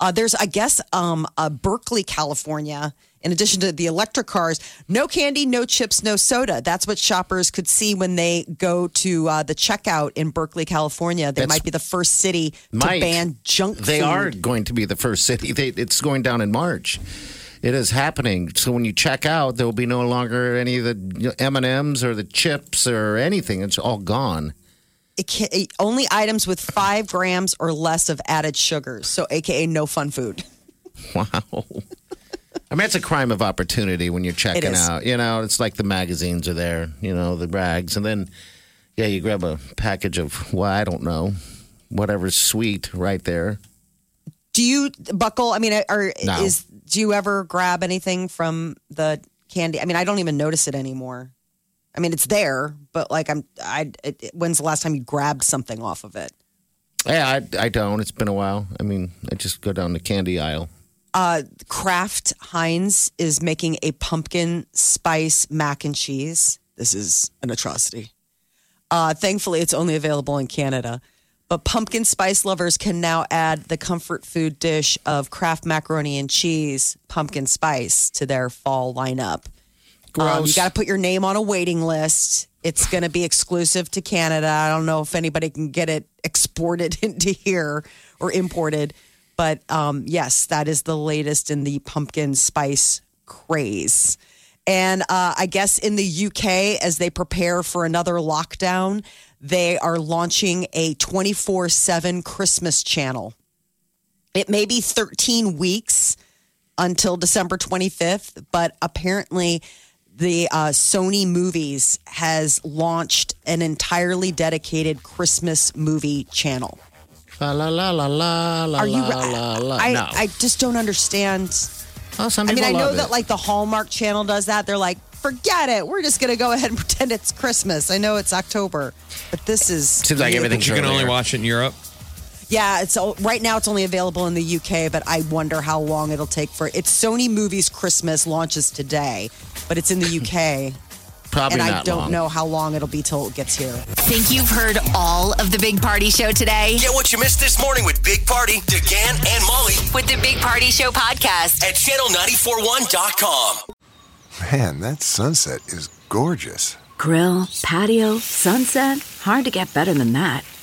S5: Uh, there's, I guess, um, uh, Berkeley, California. In addition to the electric cars, no candy, no chips, no soda. That's what shoppers could see when they go to uh, the checkout in Berkeley, California. They
S3: That's-
S5: might be the first city to
S3: Might.
S5: ban junk
S3: they
S5: food.
S3: are going to be the first city they, it's going down in march it is happening so when you check out there will be no longer any of the you know, m&ms or the chips or anything it's all gone
S5: It ca- it- only items with five grams or less of added sugars. So, AKA no fun food.
S3: wow
S5: Oh.
S3: I mean, it's a crime of opportunity when you're checking
S5: is.
S3: out. You know, it's like the magazines are there, you know, the rags. And then, yeah, you grab a package of, well, I don't know, whatever's sweet right there.
S5: Do you buckle? I mean, uh, are
S3: No.
S5: is do you ever grab anything from the candy? I mean, I don't even notice it anymore. I mean, it's there, but like I'm, I. It, it- when's the last time you grabbed something off of it?
S3: Yeah, I, I don't. It's been a while. I mean, I just go down the candy aisle.
S5: Uh, Kraft Heinz is making a pumpkin spice mac and cheese. This is an atrocity. Uh, thankfully, it's only available in Canada. But pumpkin spice lovers can now add the comfort food dish of Kraft macaroni and cheese, pumpkin spice, to their fall lineup. Um, you
S3: Gross.
S5: got to put your name on a waiting list. It's going to be exclusive to Canada. I don't know if anybody can get it exported into here or imported. But um, yes, that is the latest in the pumpkin spice craze. And uh, I guess in the UK, as they prepare for another lockdown, they are launching a 24 7 Christmas channel. It may be 13 weeks until December 25th, but apparently the uh, Sony Movies has launched an entirely dedicated Christmas movie channel.
S3: La la la la la la
S5: Are you?
S3: la la la.
S5: I,
S3: no.
S5: I just don't understand.
S3: Well, some
S5: I mean,
S3: people
S5: I know
S3: love
S5: that
S3: it.
S5: like the Hallmark Channel does that. They're like, forget it. We're just going to go ahead and pretend it's Christmas. I know it's October, but this is
S3: seems like everything's
S4: You can only
S3: earlier.
S4: watch it in Europe.
S5: Yeah, it's all- right now it's only available in the UK, but I wonder how long it'll take for it's Sony Movies Christmas launches today, but it's in the UK,
S3: Probably
S5: and I
S3: not
S5: don't
S3: long.
S5: know how long it'll be till it gets here.
S2: Think you've heard all of the Big Party Show today
S6: Get what you missed this morning with Big Party, DeGan, and Molly
S2: with the Big Party Show podcast.
S6: at channel941.com.
S8: Man, that sunset is gorgeous.
S9: Grill, patio, sunset. Hard to get better than that.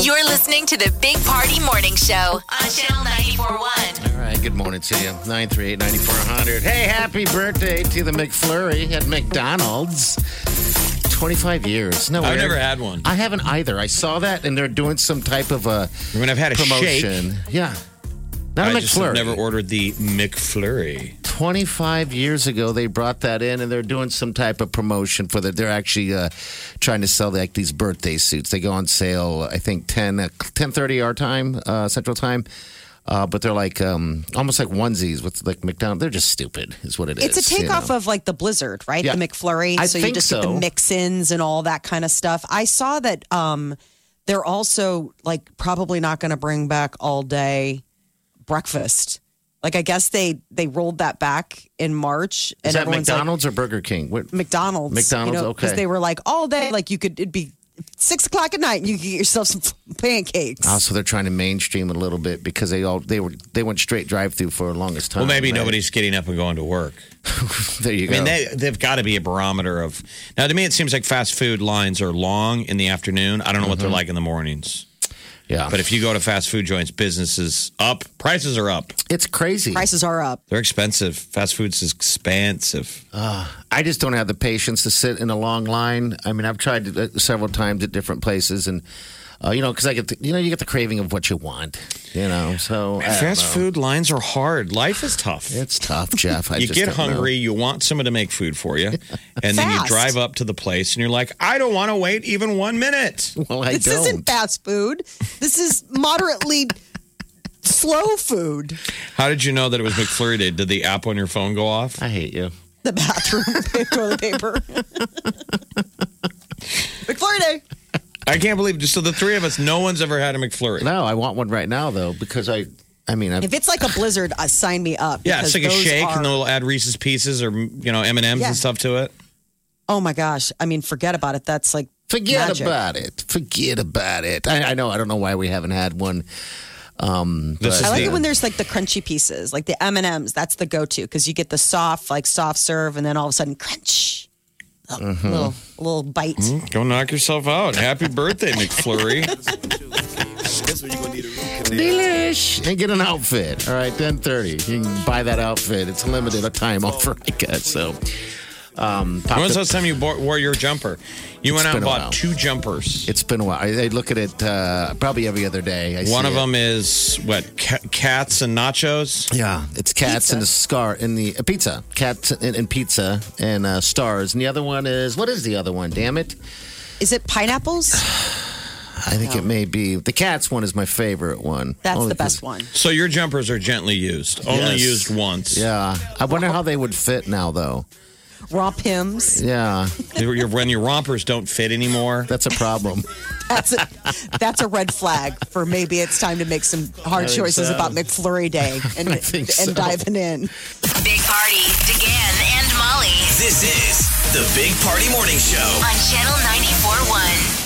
S2: You're listening to the Big Party Morning Show on Channel 941.
S3: All right, good morning to you. 938-9400. Hey, happy birthday to the McFlurry at McDonald's. 25 years. No,
S4: I've
S3: Eric.
S4: never had one.
S3: I haven't either. I saw that, and they're doing some type of a
S4: I mean, I've had a shake.
S3: promotion. Yeah. Not a
S4: I just
S3: McFlurry.
S4: have never ordered the McFlurry.
S3: 25 years ago, they brought that in, and they're doing some type of promotion for that. They're actually uh, trying to sell like these birthday suits. They go on sale, I think 10 uh, 10:30 our time, uh, Central Time. Uh, but they're like um, almost like onesies with like McDonald's. They're just stupid, is what it is.
S5: It's a takeoff
S3: you know?
S5: of like the Blizzard, right?
S3: Yeah.
S5: The McFlurry.
S3: I
S5: so you
S3: think
S5: just get the
S3: so.
S5: mix-ins and all that kind of stuff. I saw that um, they're also like probably not going to bring back all day breakfast. Like I guess they they rolled that back in March, and
S3: Is that
S5: everyone's like,
S3: McDonald's or Burger King? What-
S5: McDonald's.
S3: McDonald's,
S5: Because
S3: okay.
S5: they were like all day, like you could, it'd be six o'clock at night and you could get yourself some pancakes.
S3: Also, Oh, they're trying to mainstream a little bit because they all they were they went straight drive through for the longest time.
S4: Well, maybe
S3: right?
S4: nobody's getting up and going to work.
S3: There you
S4: I
S3: go.
S4: mean, they, they've got to be a barometer of. Now, to me, it seems like fast food lines are long in the afternoon. I don't know what they're like in the mornings.
S3: Mm-hmm. yeah,
S4: But if you go to fast food joints, business is up. Prices are up.
S3: it's crazy.
S5: Prices are up.
S4: They're expensive. Fast food's expensive.
S10: Ah,
S3: I just don't have the patience to sit in a long line. I mean, I've tried it uh, several times at different places, and uh, you know, because I get, the, you know, you get the craving of what you want, you know. So I don't
S4: Fast
S3: know.
S4: food lines are hard. Life is tough.
S3: it's tough, Jeff. I
S4: you
S3: just
S4: get
S3: don't know.
S4: hungry, you want someone to make food for you, and then you
S5: Fast.
S4: drive up to the place and you're like, I don't want to wait even one minute.
S3: Well, I
S5: This
S3: don't.
S5: isn't fast food. This is moderately slow food.
S4: How did you know that it was McFlurry Day? Did the app on your phone go off?
S3: I hate you.
S5: The bathroom toilet paper. McFlurry Day.
S4: I can't believe just so the three of us, no one's ever had a McFlurry.
S3: No, I want one right now though because I, I mean, I've,
S5: If it's like a blizzard, uh, sign me up.
S4: yeah, it's like
S5: because
S4: a
S5: those
S4: shake,
S5: are-
S4: and they'll add Reese's pieces or you know M and M's
S5: Yeah.
S4: and stuff to it.
S5: Oh my gosh. I mean, forget about it. That's like
S3: Forget
S5: magic.
S3: about it. Forget about it. I, I know. I don't know why we haven't had one. Um,
S4: This is
S3: but-
S5: I like
S4: the-
S5: it when there's like the crunchy pieces, like the M and M's. That's the go-to because you get the soft, like soft serve, and then all of a sudden crunch, Oh,
S3: Mm-hmm.
S5: little little bite.
S4: Hmm? Go knock yourself out. Happy birthday, McFlurry.
S3: Delish. And get an outfit. All right, ten thirty. You can buy that outfit. It's limited a time offer, I guess. So, um, pop
S4: When was
S3: the-
S4: the last time you bought, wore your jumper? You went out
S3: been
S4: and
S3: a
S4: bought
S3: while.
S4: two jumpers.
S3: it's been a while. I, I look at it uh, probably every other day. I
S4: One
S3: see
S4: of
S3: it.
S4: them is what? Ca- cats and nachos.
S3: Yeah, it's cats and a scar in the uh, pizza, cats and, and pizza and uh, stars. And the other one is what is the other one? Damn it!
S5: Is it pineapples?
S3: I think it may be the cats one is my favorite one. Oh,
S5: That's
S3: Only
S5: the best one.
S3: 'cause-
S4: So your jumpers are gently used, only
S3: Yes.
S4: used once.
S3: Yeah, I wonder how they would fit now though.
S5: Romp hymns.
S3: Yeah,
S4: Your- your- when your rompers don't fit anymore.
S3: that's a problem.
S5: That's a that's a red flag for maybe it's time to make some hard
S3: think
S5: choices
S3: so.
S5: about McFlurry Day and
S3: I think
S5: and
S3: so.
S5: diving in.
S2: Big Party, DeGan and Molly
S6: This is the Big Party Morning Show.
S2: on Channel 94.1.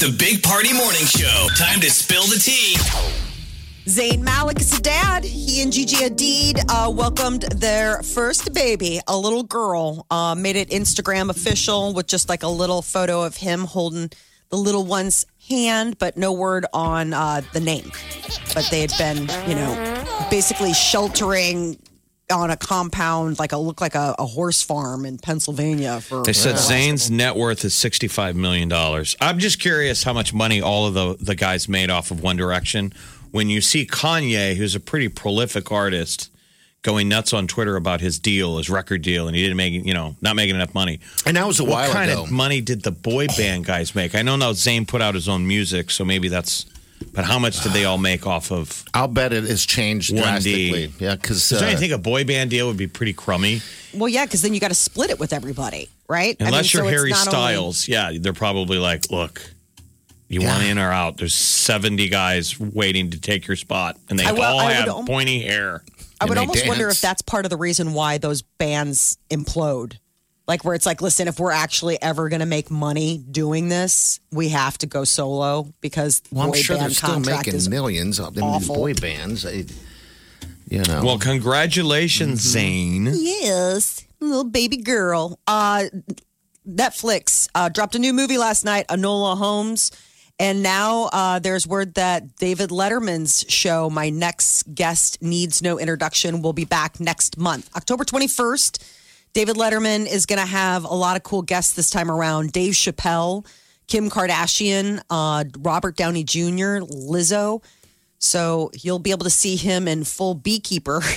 S6: The Big Party Morning Show. Time to spill the tea.
S5: Zayn Malik is a dad. He and Gigi Hadid uh, welcomed their first baby, a little girl. Uh, made it Instagram official with just like a little photo of him holding the little one's hand, but no word on uh, the name. But they had been, you know, basically sheltering on a compound, like a look like a, a horse farm in Pennsylvania for.
S4: They said Zane's net worth is sixty-five million dollars. I'm just curious how much money all of the the guys made off of One Direction. When you see Kanye, who's a pretty prolific artist, going nuts on Twitter about his deal, his record deal, and he didn't make you know not making enough money.
S3: And that was a
S4: What
S3: while
S4: kind
S3: ago.
S4: of money did the boy band guys make? I know now Zane put out his own music, so maybe that's. But how much did they all make off of?
S3: I'll bet it has changed
S4: 1D.
S3: drastically. Yeah, because
S4: Does
S3: uh,
S4: I think a boy band deal would be pretty crummy?
S5: Well, yeah, because then you got to split it with everybody, right? I mean,
S4: Unless
S5: so
S4: you're
S5: it's
S4: Harry
S5: not only-
S4: Styles, yeah, they're probably like, look, you want in or out. There's 70 guys waiting to take your spot, and they
S5: I will-
S4: all
S5: I would
S4: have
S5: om-
S4: pointy hair.
S5: I would
S3: they
S5: almost wonder if
S3: dance.
S5: that's part of the reason why those bands implode. Like where it's like, listen, if we're actually ever going to make money doing this, we have to go solo because
S3: well, I'm
S5: boy
S3: sure they're
S5: band
S3: still
S5: contract
S3: making
S5: is
S3: millions of them these
S5: awful.
S3: boy bands. I, you know,
S4: Well, congratulations,
S5: Mm-hmm.
S4: Zane.
S5: Yes, little baby girl. Uh, Netflix uh, dropped a new movie last night, Anola Holmes. And now uh, there's word that David Letterman's show, My Next Guest Needs No Introduction, will be back next month, October 21st. David Letterman is going to have a lot of cool guests this time around Dave Chappelle, Kim Kardashian, uh, Robert Downey Jr., Lizzo. So you'll be able to see him in full beekeeper.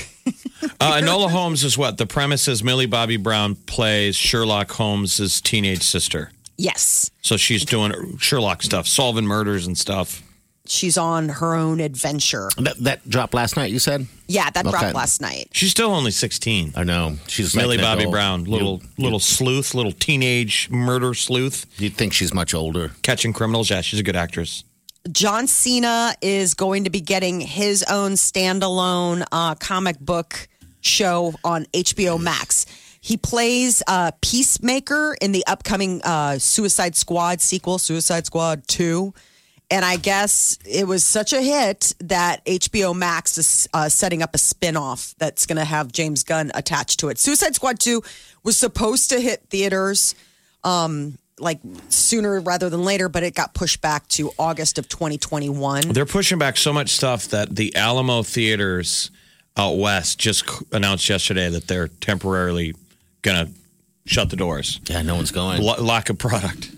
S4: Uh, Enola Holmes is what? The premise is Millie Bobby Brown plays Sherlock Holmes' teenage sister.
S5: yes.
S4: So she's doing Sherlock stuff, solving murders and stuff.
S5: she's on her own adventure.
S3: that, that dropped last night. You said.
S5: Yeah, that
S3: Okay.
S5: dropped last night.
S4: She's still only 16.
S3: I know she's
S4: Millie
S3: like that
S4: Bobby
S3: old.
S4: Brown, little little sleuth, little teenage murder sleuth,
S3: You'd think she's much older.
S4: catching criminals. Yeah, she's a good actress.
S5: John Cena is going to be getting his own standalone uh, comic book show on HBO Max. He plays uh, Peacemaker in the upcoming uh, Suicide Squad sequel, Suicide Squad 2. And I guess it was such a hit that HBO Max is uh, setting up a spin off that's going to have James Gunn attached to it. Suicide Squad 2 was supposed to hit theaters um, like sooner rather than later, but it got pushed back to August of 2021.
S4: They're pushing back so much stuff that the Alamo Theaters out west just c- announced yesterday that they're temporarily going to shut the doors.
S3: Yeah, no one's going.
S4: L- lack of product.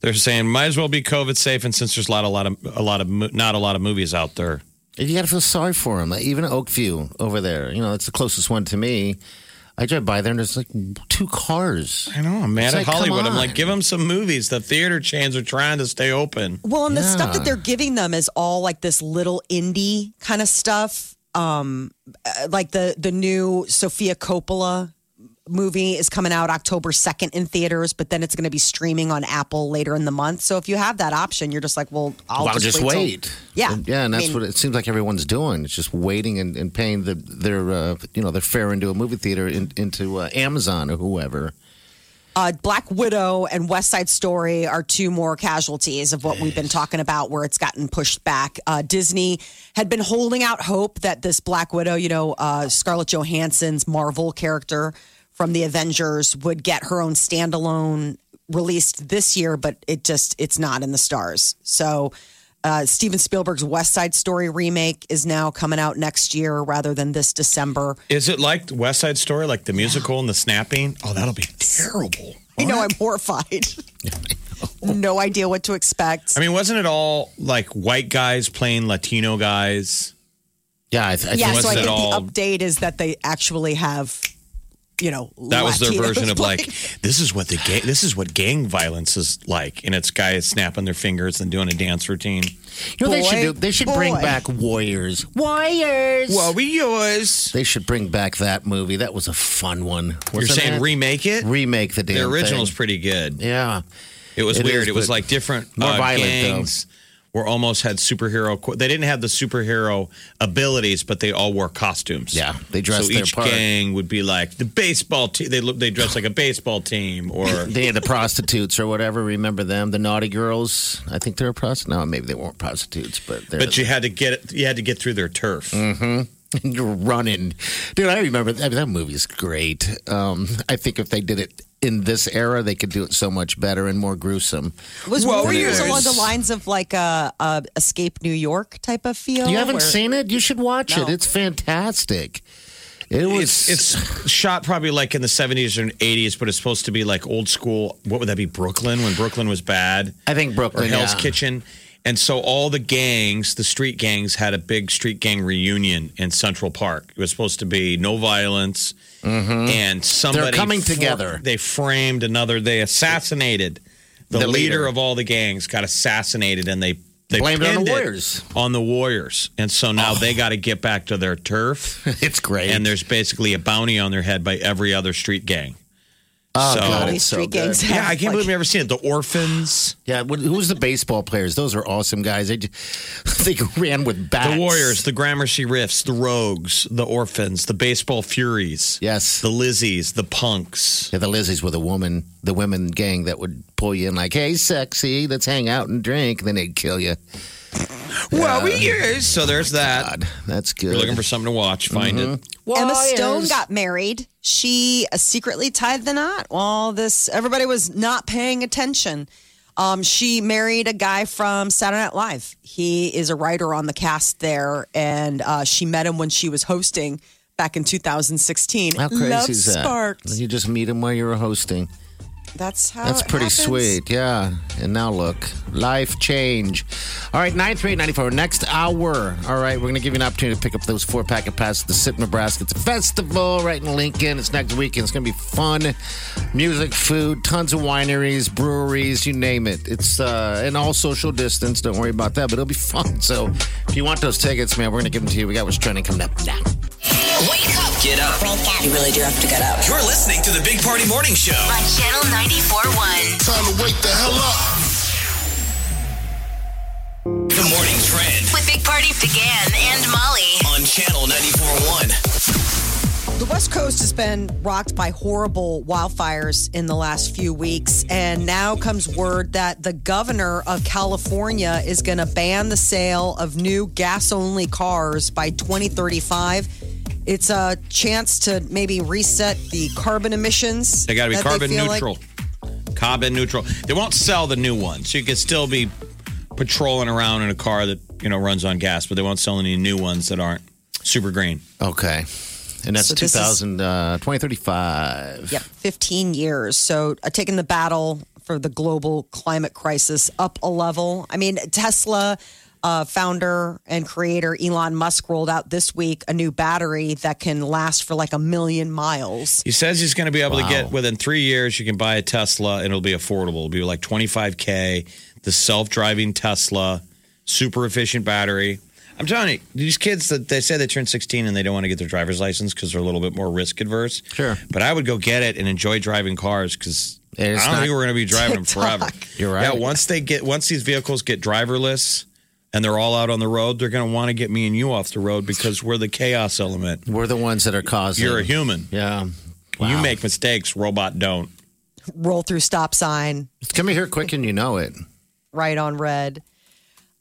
S4: They're saying might as well be COVID safe, and since there's a lot, a lot of, a lot of, mo- not a lot of movies out there.
S3: You got to feel sorry for him. Like, even Oakview over there, you know, it's the closest one to me. I drive by there and there's like two cars.
S4: I know. I'm mad
S3: It's
S4: at
S3: like, come
S4: Hollywood. I'm like,
S3: on.
S4: give them some movies. The theater chains are trying to stay open.
S5: Well, and the stuff that
S3: Yeah.
S5: they're giving them is all like this little indie kind of stuff. Um, uh, like the the new Sophia Coppola movie is coming out October 2nd in theaters, but then it's going to be streaming on Apple later in the month. So if you have that option, you're just like, well, I'll,
S3: Well, I'll
S5: just,
S3: just
S5: till-
S3: wait.
S5: Yeah.
S3: And- yeah, and
S5: I
S3: that's
S5: mean-
S3: what it seems like everyone's doing. It's just waiting and, and paying the, their uh, you know their fare into a movie theater in, into uh, Amazon or whoever.
S5: Uh, Black Widow and West Side Story are two more casualties of what we've been talking about, where it's gotten pushed back. Uh, Disney had been holding out hope that this Black Widow, you know, uh, Scarlett Johansson's Marvel character from the Avengers, would get her own standalone released this year, but it just it's not in the stars. So uh, Steven Spielberg's West Side Story remake is now coming out next year rather than this December.
S4: Is it like West Side Story, like the musical and the snapping? Oh, that'll be terrible.
S5: You know, I'm horrified. no idea what to expect.
S4: I mean, wasn't it all like white guys playing Latino guys?
S3: Yeah, I, th- I
S5: yeah,
S3: think
S5: so I
S4: wasn't
S5: think
S4: at all-
S5: the update is that they actually have, you know,
S4: That was their
S5: Latinos
S4: version of like,
S5: playing.
S4: this is what the gang, this is what gang violence is like, and it's guys snapping their fingers and doing a dance routine.
S3: you know what they should
S5: Boy,
S3: do. They should bring
S5: boy.
S3: back Warriors. Warriors.
S4: Well, we yours?
S3: they should bring back that movie. That was a fun one.
S4: You're
S3: Wasn't
S4: saying
S3: it?
S4: remake it?
S3: remake the damn
S4: the original's
S3: thing.
S4: pretty good.
S3: Yeah.
S4: It was
S3: It
S4: weird.
S3: is,
S4: it was
S3: but
S4: like different
S3: more
S4: uh,
S3: violent,
S4: gangs were almost had superhero. qu- They didn't have the superhero abilities, but they all wore costumes.
S3: Yeah, they dressed
S4: so
S3: their
S4: each
S3: part.
S4: gang would be like the baseball team. They look. They dress like a baseball team, or
S3: They had the prostitutes or whatever. Remember them? The naughty girls. I think they were prostitutes. No, maybe they weren't prostitutes, but they're
S4: but you had to get it. You had to get through their turf.
S3: Mm-hmm. you're running, dude. I remember I mean, that movie's great. Um, I think if they did it in this era, they could do it so much better and more gruesome.
S5: was
S4: Well,
S5: Warriors
S4: it
S5: along
S4: was-
S5: the lines of like a, a Escape New York type of feel.
S3: You haven't
S5: where-
S3: seen it? You should watch it.
S5: No.
S3: It's fantastic. It was.
S4: It's it's shot probably like in the seventies or eighties, but it's supposed to be like old school. What would that be? Brooklyn when Brooklyn was bad.
S3: I think
S4: or
S3: Brooklyn
S4: Hell's
S3: yeah.
S4: Kitchen. And so all the gangs, the street gangs, had a big street gang reunion in Central Park. It was supposed to be no violence, and somebody
S3: Mm-hmm. coming together.
S4: They framed another. They assassinated the,
S3: The
S4: leader.
S3: leader.
S4: of all the gangs. Got assassinated, and they they
S3: Blamed it on the
S4: pinned
S3: Warriors. Oh.
S4: On the Warriors, and so now they got to get back to their turf.
S3: It's great.
S4: and there's basically a bounty on their head by every other street gang.
S3: oh
S4: so-
S3: god,
S5: These
S3: it's so
S5: street
S3: good.
S5: gangs
S4: Yeah,
S5: have,
S4: I can't
S5: like-
S4: believe I've never seen it. The Orphans.
S3: Yeah, what- who was the baseball players? Those are awesome guys. They just, they ran with bats.
S4: The Warriors, the Gramercy Riffs, the Rogues, the Orphans, the Baseball Furies.
S3: Yes.
S4: The Lizzies, the Punks.
S3: Yeah, the Lizzies were the woman, the women gang that would pull you in like, "Hey, sexy, let's hang out and drink." Then they'd kill you. Uh,
S4: Well, we years. So there's that.
S3: Oh, God, that's good. Mm-hmm.
S4: You're looking for something to watch, find it.
S5: Emma
S3: Warriors.
S5: Stone got married. She uh, secretly tied the knot. All this, everybody was not paying attention. Um, she married a guy from Saturday Night Live. He is a writer on the cast there, and uh, she met him when she was hosting back in 2016.
S3: How crazy
S5: Love
S3: is that?
S5: sparked.
S3: You just meet them while you're hosting.
S5: That's how.
S3: That's
S5: Oh, it
S3: pretty
S5: happens.
S3: sweet. Yeah. And now look, life change. All right, 9394, next hour. All right, we're going to give you an opportunity to pick up those four packet passes to the SIP Nebraska. It's a festival right in Lincoln. It's next weekend. It's going to be fun. Music, food, tons of wineries, breweries, you name it. It's, uh, and all social distance. Don't worry about that, but it'll be fun. So if you want those tickets, man, we're going to give them to you. We got what's trending coming up now.
S2: Wake up
S6: Get up.
S2: You really do have to get up.
S6: You're listening to the Big Party Morning Show.
S2: On Channel 94.1.
S11: Time to wake the hell up.
S6: The Morning Trend
S2: With Big Party began and Molly.
S6: on Channel 94.1.
S5: The West Coast has been rocked by horrible wildfires in the last few weeks. And now comes word that the governor of California is going to ban the sale of new gas only cars by 2035. It's a chance to maybe reset the carbon emissions.
S4: They got to be
S5: that
S4: carbon
S5: feel like-
S4: neutral. Carbon neutral. They won't sell the new one. So you could still be patrolling around in a car that, you know, runs on gas, but they won't sell any new ones that aren't super green.
S3: Okay. And that's
S5: So this is-
S3: 2000, uh, 2035.
S5: Yep, 15 years. So uh, taking the battle for the global climate crisis up a level. I mean, Tesla uh, founder and creator Elon Musk rolled out this week a new battery that can last for like a million miles.
S4: He says he's going to be able to get
S3: Wow.
S4: within three years. You can buy a Tesla and it'll be affordable. It'll be like twenty five k. The self driving Tesla, super efficient battery. I'm telling you, these kids that they say they turn 16 and they don't want to get their driver's license because they're a little bit more risk adverse.
S3: Sure.
S4: but I would go get it and enjoy driving cars because I
S3: And
S4: don't
S3: it's not
S4: think we're going to be driving them forever.
S5: TikTok.
S3: You're right.
S4: Yeah, once they get once these vehicles get driverless and they're all out on the road, they're going to want to get me and you off the road because we're the chaos element.
S3: We're the ones that are causing.
S4: You're a human.
S3: Yeah.
S4: You
S3: Wow.
S4: make mistakes, robot don't.
S5: roll through stop sign,
S3: It's coming here quick and you know it.
S5: right on red.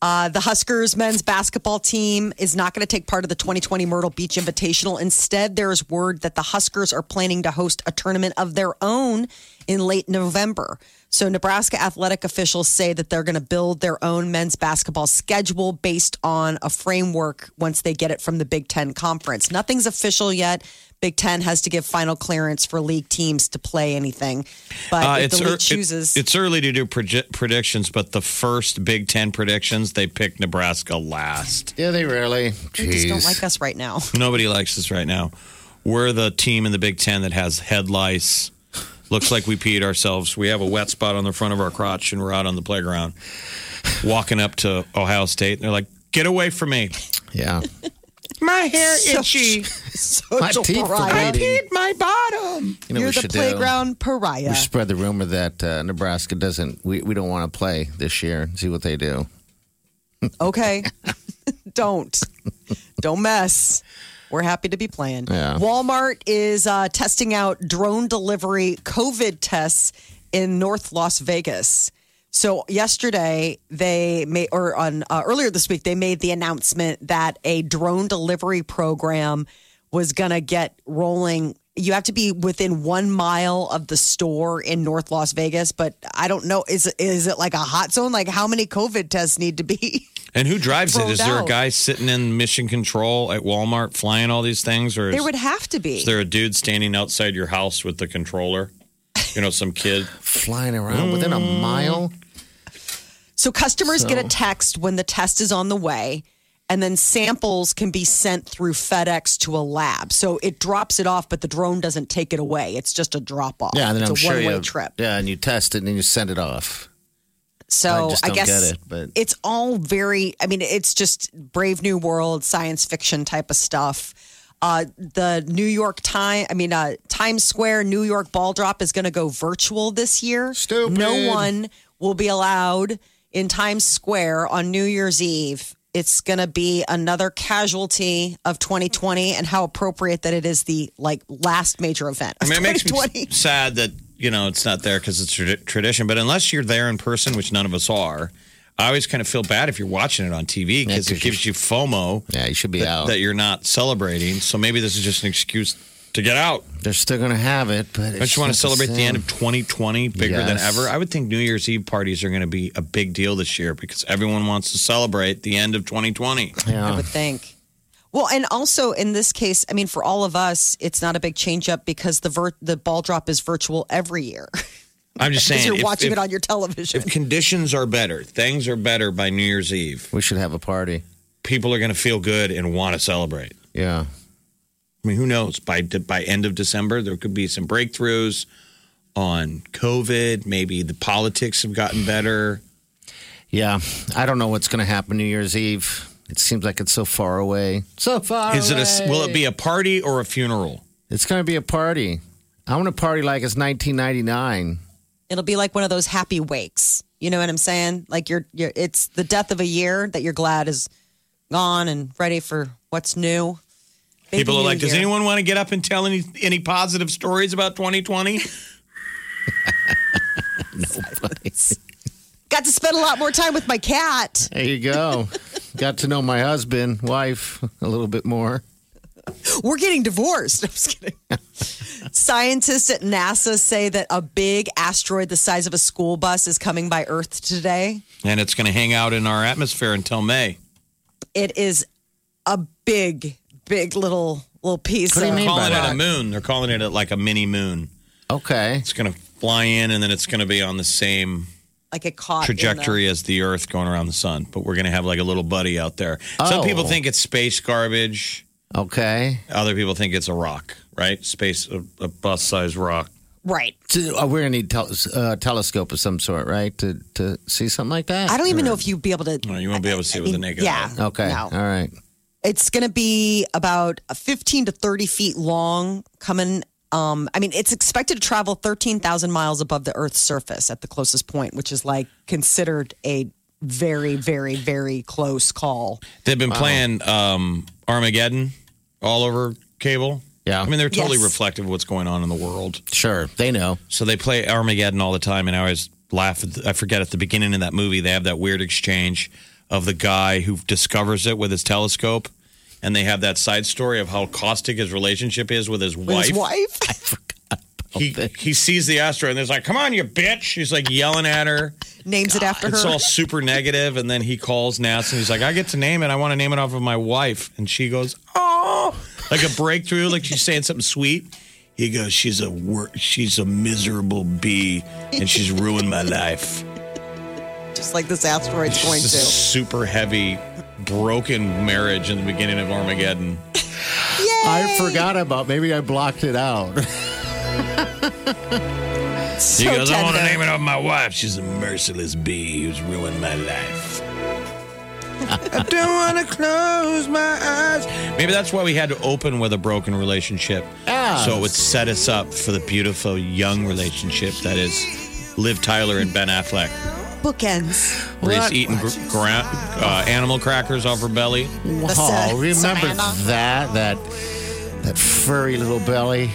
S5: Uh, the Huskers men's basketball team is not going to take part of the 2020 Myrtle Beach Invitational. Instead, there is word that the Huskers are planning to host a tournament of their own in late November. So, Nebraska athletic officials say that they're going to build their own men's basketball schedule based on a framework once they get it from the Big Ten Conference. Nothing's official yet. Big Ten has to give final clearance for league teams to play anything. But
S4: Uh,
S5: if
S4: it's,
S5: the league
S4: ear- it-
S5: chooses.
S4: it's early to do proje- predictions, but the first Big Ten predictions, they picked Nebraska last.
S3: Yeah, they rarely.
S5: they just don't
S3: Jeez.
S5: like us right now.
S4: Nobody likes us right now. We're the team in the Big Ten that has head lice. Looks like we peed ourselves. We have a wet spot on the front of our crotch, and we're out on the playground walking up to Ohio State. And they're like, "Get away from me!
S3: yeah.
S4: My hair
S5: So-
S4: itchy.
S3: My
S5: Social
S3: teeth are
S5: pariah.
S3: bleeding.
S4: my bottom."
S3: You know,
S5: You're
S3: we
S5: the
S3: should
S5: playground
S3: Do.
S5: pariah.
S3: We should spread the rumor that uh, Nebraska doesn't. We, we don't want to play this year. and See what they do.
S5: Okay. Don't. Don't mess. We're happy to be playing.
S3: Yeah.
S5: Walmart is uh, testing out drone delivery COVID tests in North Las Vegas. So yesterday they made, or on uh, earlier this week they made the announcement that a drone delivery program was gonna get rolling. You have to be within one mile of the store in North Las Vegas, but I don't know is is it like a hot zone? Like how many COVID tests need to be?
S4: And who drives it?
S5: Rolled
S4: Is there a
S5: out.
S4: guy sitting in mission control at Walmart flying all these things, or
S5: There
S4: is,
S5: would have to be.
S4: is there a dude standing outside your house with the controller? You know, some kid.
S3: Flying around within a mile.
S5: So customers get a text when the test is on the way, and then samples can be sent through FedEx to a lab. So it drops it off, but the drone doesn't take it away. It's just a drop off.
S3: Yeah, and then
S5: it's
S3: I'm
S5: a
S3: sure
S5: one way
S3: you.
S5: trip.
S3: Yeah, and you test it and then you send it off.
S5: So
S3: I just don't
S5: guess
S3: get it, but-
S5: it's all very. I mean, it's just brave new world science fiction type of stuff. Uh, the New York Time, I mean, uh, Times Square New York ball drop is going to go virtual this year.
S3: Stupid.
S5: No one will be allowed in Times Square on New Year's Eve. It's going to be another casualty of 2020, and how appropriate that it is the like last major event
S4: I
S5: of
S4: mean, it makes
S5: 2020.
S4: me sad that you know it's not there because it's trad- tradition. But unless you're there in person, which none of us are, I always kind of feel bad if you're watching it on TV
S3: Yeah,
S4: because
S3: 'cause
S4: it gives you FOMO
S3: Yeah, you should be out.
S4: that you're not celebrating. So maybe this is just an excuse to get out.
S3: They're still going to have it, but
S4: Don't you want to celebrate the end of 2020 bigger than
S3: Yes.
S4: ever? I would think New Year's Eve parties are going to be a big deal this year because everyone wants to celebrate the end of 2020.
S5: I would think. Well, and also in this case, I mean, for all of us, it's not a big change up because the vir- the ball drop is virtual every year
S4: I'm just
S5: because
S4: saying,
S5: you're
S4: if-
S5: watching
S4: if-
S5: it on your television.
S4: if conditions are better, things are better by New Year's Eve,
S3: We should have a party.
S4: people are going to feel good and want to celebrate.
S3: Yeah.
S4: I mean, who knows? By by end of December, there could be some breakthroughs on COVID. Maybe the politics have gotten better.
S3: Yeah. I don't know what's going to happen New Year's Eve. It seems like it's so far away. So far
S4: Is it a? Will it be a party or a funeral?
S3: It's going to be a party. I want to party like it's 1999.
S5: It'll be like one of those happy wakes. You know what I'm saying? Like you're, you're it's the death of a year that you're glad is gone and ready for what's new. Maybe
S4: People are
S5: new
S4: like, does
S5: year."
S4: anyone want to get up and tell any any positive stories about 2020?
S5: got to spend a lot more time with my cat?
S3: There you go. Got to know my husband, wife a little bit more.
S5: we're getting divorced. I'm just kidding. Scientists at NASA say that a big asteroid the size of a school bus is coming by Earth today.
S4: and it's going to hang out in our atmosphere until May.
S5: It is a big, big little little piece.
S3: What do you
S5: of
S3: mean by
S4: Calling it
S3: that?
S4: a moon. They're calling it like a mini moon.
S3: Okay.
S4: It's going to fly in, and then it's going to be on the same
S5: Like it caught in the-
S4: trajectory as the Earth going around the sun. But we're going to have like a little buddy out there. Some
S3: Oh.
S4: people think it's space garbage.
S3: Okay.
S4: Other people think it's a rock, right? Space, a, a bus-sized rock.
S5: right.
S3: So, uh, we're going to need tel- uh, telescope of some sort, right? To, to see something like that?
S5: I don't even know if you'd be able to.
S4: No, you won't be able to see it with the naked
S5: yeah.
S4: eye.
S3: Okay.
S5: No.
S3: All right.
S5: It's going to be about 15 to 30 feet long coming. Um, I mean, it's expected to travel 13,000 miles above the Earth's surface at the closest point, which is like considered a very, very, very close call.
S4: They've been playing um, Armageddon all over cable.
S3: Yeah.
S4: I mean, they're totally
S5: Yes.
S4: reflective of what's going on in the world.
S3: Sure, they know.
S4: So they play Armageddon all the time, and I always laugh. At I forget at the beginning of that movie, they have that weird exchange of the guy who discovers it with his telescope, and they have that side story of how caustic his relationship is with his wife.
S5: His wife?
S4: He, he sees the asteroid and he's like, "Come on, you bitch!" She's like yelling at her.
S5: Names it after her.
S4: It's all super negative, and then he calls NASA and he's like, "I get to name it. I want to name it off of my wife." And she goes, "Oh!" Like a breakthrough, like she's saying something sweet. He goes, "She's a wor- she's a miserable bee, and she's ruined my life."
S5: just like this asteroid's going
S4: It's just a
S5: to.
S4: super heavy, broken marriage in the beginning of Armageddon.
S3: I forgot about. Maybe I blocked it out.
S4: he goes, "I want to name it off my wife. She's a merciless bee who's ruined my life." I don't want to close my eyes. Maybe that's why we had to open with a broken relationship.
S3: Ah.
S4: So it would set us up for the beautiful young relationship that is Liv Tyler and Ben Affleck.
S5: Bookends.
S4: Where he's
S3: What?
S4: eating gr- gra- uh, animal crackers off her belly.
S3: Oh,
S5: Sa-
S3: remember
S5: Savannah.
S3: that that that furry little belly.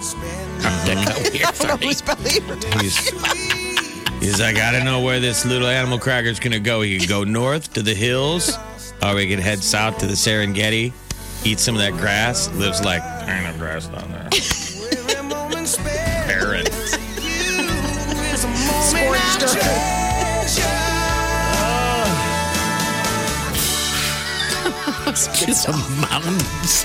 S3: That got weird for me.
S5: Whose belly we're talking
S4: He's, he's like, I don't know where this little animal cracker's gonna go. He can go north to the hills, or we can head south to the Serengeti, eat some of that grass. Lives like, there ain't no grass down there. Parrot.
S5: forged her.
S3: Just a mountains.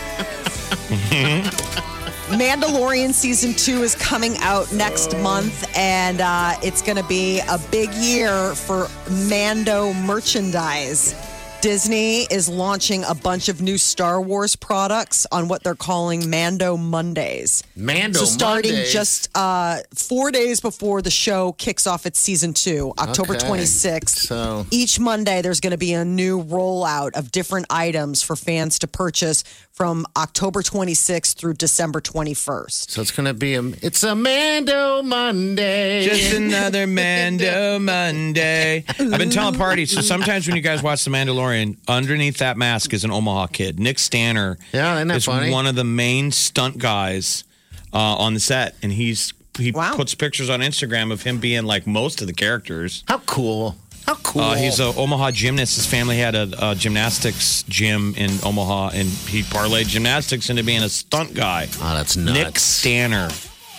S5: Mandalorian season two is coming out
S3: Oh.
S5: next month, and uh, it's going to be a big year for Mando merchandise. Disney is launching a bunch of new Star Wars products on what they're calling Mando Mondays.
S3: Mando
S5: So, starting
S3: Mondays.
S5: just uh, four days before the show kicks off its season two, October
S3: Okay.
S5: 26th,
S3: So-
S5: each Monday there's going to be a new rollout of different items for fans to purchase from October 26th through December 21st.
S3: So it's gonna be a. It's a Mando Monday.
S4: Just another Mando Monday. I've been telling parties. So sometimes when you guys watch The Mandalorian, underneath that mask is an Omaha kid. Nick Stanner
S3: Yeah, isn't that
S4: is
S3: funny?
S4: one of the main stunt guys uh, on the set. And he's he
S5: Wow.
S4: puts pictures on Instagram of him being like most of the characters.
S3: How cool! How cool!
S4: Uh, he's an Omaha gymnast. His family had a, a gymnastics gym in Omaha, and he parlayed gymnastics into being a stunt guy.
S3: oh, that's
S4: Nick
S3: nuts.
S4: Stanner.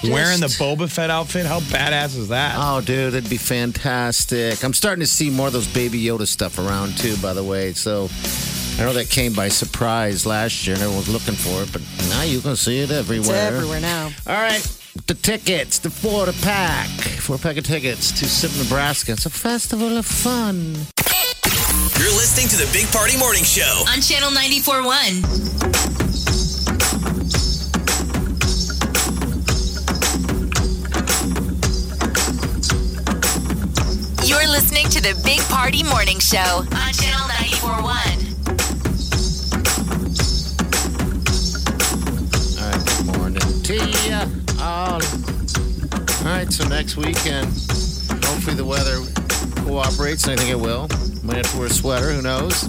S4: Wearing the Boba Fett outfit, how badass is that?
S3: Oh, dude, that'd be fantastic. I'm starting to see more of those Baby Yoda stuff around too. By the way, so I know that came by surprise last year, and everyone was looking for it, but now you can see it
S5: It's
S3: everywhere.
S5: everywhere now.
S3: All right, the tickets, the Florida pack, four pack of tickets to Sip, Nebraska. It's a festival of fun.
S6: You're listening to the Big Party Morning Show.
S2: On Channel 94.1. You're listening to the Big Party Morning Show on Channel 94.1.
S3: All right, good morning to ya all. All right, so next weekend, hopefully the weather cooperates, and I think it will. Might have to wear a sweater, who knows?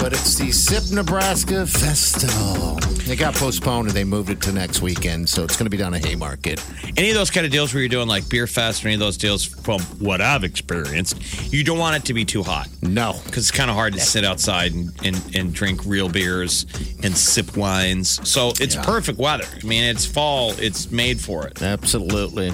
S3: But it's the Sip Nebraska Festival. It got postponed and they moved it to next weekend, so it's going to be down at Haymarket.
S4: any of those kind of deals where you're doing like beer fest or any of those deals from what i've experienced you don't want it to be too hot
S3: No.
S4: because it's kind of hard to sit outside and, and, and drink real beers and sip wines so it's
S3: Yeah.
S4: perfect weather i mean it's fall it's made for it
S3: Absolutely.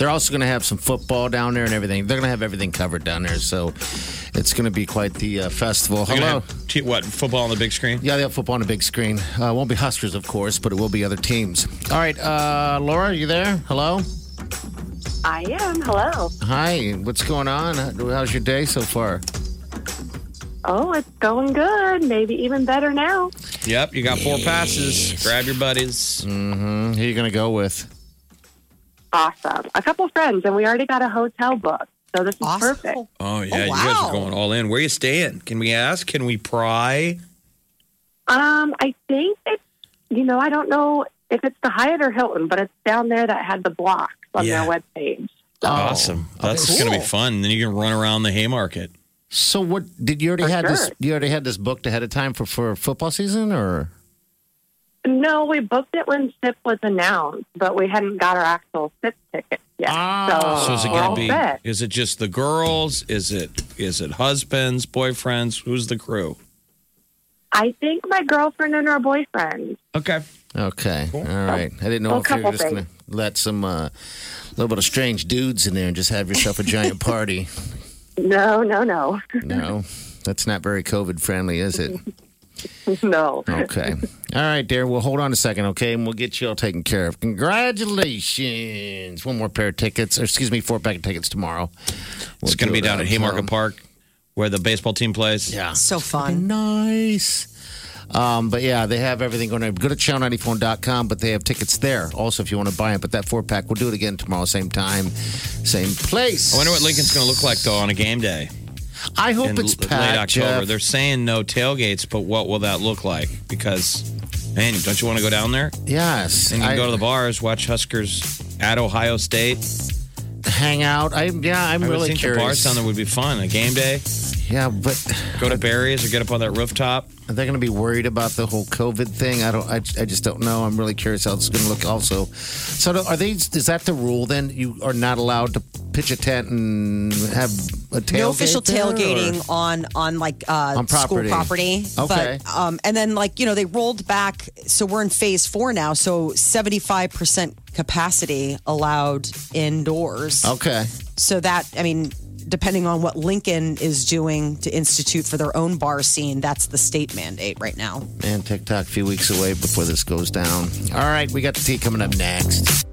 S3: They're also going to have some football down there and everything. They're going to have everything covered down there, so it's going to be quite the uh, festival.
S4: You're gonna
S3: Hello.
S4: have t- what football on the big screen
S3: Yeah, they have football on a big screen. Uh, won't be Huskers, of course, but it will be other teams. All right, uh, Laura, are you there? Hello.
S11: I am. Hello.
S3: Hi. What's going on? How's your day so far?
S11: Oh, it's going good. Maybe even better now.
S4: yep you got four passes grab your buddies
S3: Mm-hmm, Who are you gonna go with?
S11: Awesome. Um, A couple friends, and we already got a hotel booked. So this is
S5: Awesome.
S11: perfect.
S4: oh yeah
S5: Oh,
S4: you guys
S5: wow.
S4: are going all in where you staying can we ask can we pry
S11: Um, I think it's, you know, I don't know if it's the Hyatt or Hilton, but it's down there that had the blocks on
S4: Yeah.
S11: their webpage.
S4: awesome that's
S5: cool.
S4: gonna be fun then you can run around the haymarket
S3: So what did you already
S11: For
S3: had this?
S11: sure.
S3: You already had this booked ahead of time for for football season, or
S11: No, we booked it when SIP was announced, but we hadn't got our actual SIP tickets yet. so,
S4: Ah, So is it
S11: we're
S4: going
S11: all
S4: to be?
S11: set.
S4: Is it just the girls? Is it is it husbands, boyfriends? Who's the crew?
S11: I think my girlfriend and her boyfriend.
S4: Okay.
S3: Okay. All right. I didn't know
S11: Well,
S3: if you were
S11: couple
S3: just going to let some uh, little bit of strange dudes in there and just have yourself a giant party.
S11: No, no, no,
S3: No, that's not very COVID friendly, is it?
S11: no.
S3: Okay. All right, dear. Well, hold on a second, okay? And we'll get you all taken care of. Congratulations. One more pair of tickets, or excuse me, four pack of tickets tomorrow.
S4: it's going to be down at Haymarket Park where the baseball team plays.
S3: Yeah.
S5: So fun.
S3: Nice. Um, but yeah, they have everything going. there. Go to channel94.com, but they have tickets there also if you want to buy it. But that four pack, we'll do it again tomorrow, same time, same place.
S4: I wonder what Lincoln's going to look like though on a game day.
S3: I hope
S4: in
S3: it's
S4: l-
S3: packed,
S4: late October.
S3: Jeff.
S4: They're saying no tailgates, but what will that look like? Because man, don't you want to go down there
S3: Yes.
S4: and you
S3: I-
S4: can go to the bars, watch Huskers at Ohio State?
S3: hang out. I yeah, I'm
S4: I would
S3: really
S4: think
S3: curious.
S4: the bars down there would be fun. A game day,
S3: Yeah, but
S4: go to Barry's or get up on that rooftop.
S3: are they going to be worried about the whole COVID thing? I don't. I, I just don't know. I'm really curious how it's going to look. Also, so do- are they? Is that the rule? Then you are not allowed to pitch a tent and have a tailgate.
S5: No official
S3: there, or-
S5: tailgating on on like uh,
S3: On property.
S5: school property.
S3: Okay.
S5: But, um, and then like you know they rolled back, so we're in phase four now. So seventy five percent capacity allowed indoors.
S3: Okay.
S5: So that I mean, depending on what Lincoln is doing to institute for their own bar scene, that's the state mandate right now.
S3: Man, TikTok a few weeks away before this goes down. All right, we got the tea coming up next.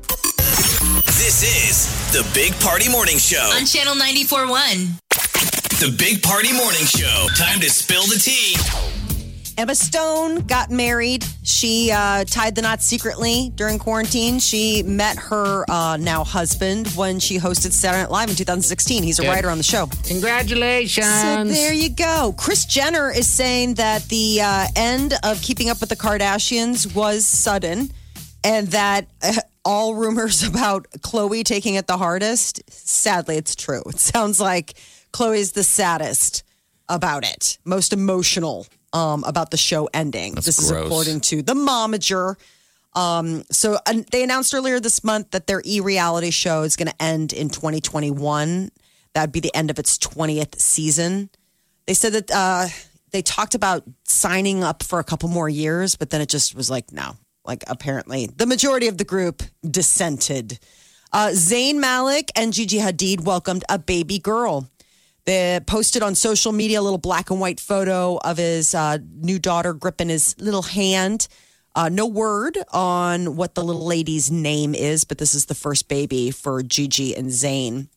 S6: This is the Big Party Morning Show.
S2: On Channel 94.1.
S6: The Big Party Morning Show. Time to spill the tea.
S5: Emma Stone got married. She uh, tied the knot secretly during quarantine. She met her uh, now husband when she hosted Saturday Night Live in 2016. He's a writer on the show.
S3: Congratulations.
S5: So there you go. Chris Jenner is saying that the uh, end of Keeping Up with the Kardashians was sudden, and that uh, all rumors about Chloe taking it the hardest, sadly, it's true. It sounds like Chloe's the saddest about it, most emotional um, about the show ending. this is
S3: gross.
S5: according to the momager. Um, so uh, they announced earlier this month that their e reality show is going to end in 2021. That'd be the end of its 20th season. They said that uh, they talked about signing up for a couple more years, but then it just was like, no. Like, apparently, the majority of the group dissented. Uh, Zayn Malik and Gigi Hadid welcomed a baby girl. They posted on social media a little black and white photo of his uh, new daughter gripping his little hand. Uh, no word on what the little lady's name is, but this is the first baby for Gigi and Zayn.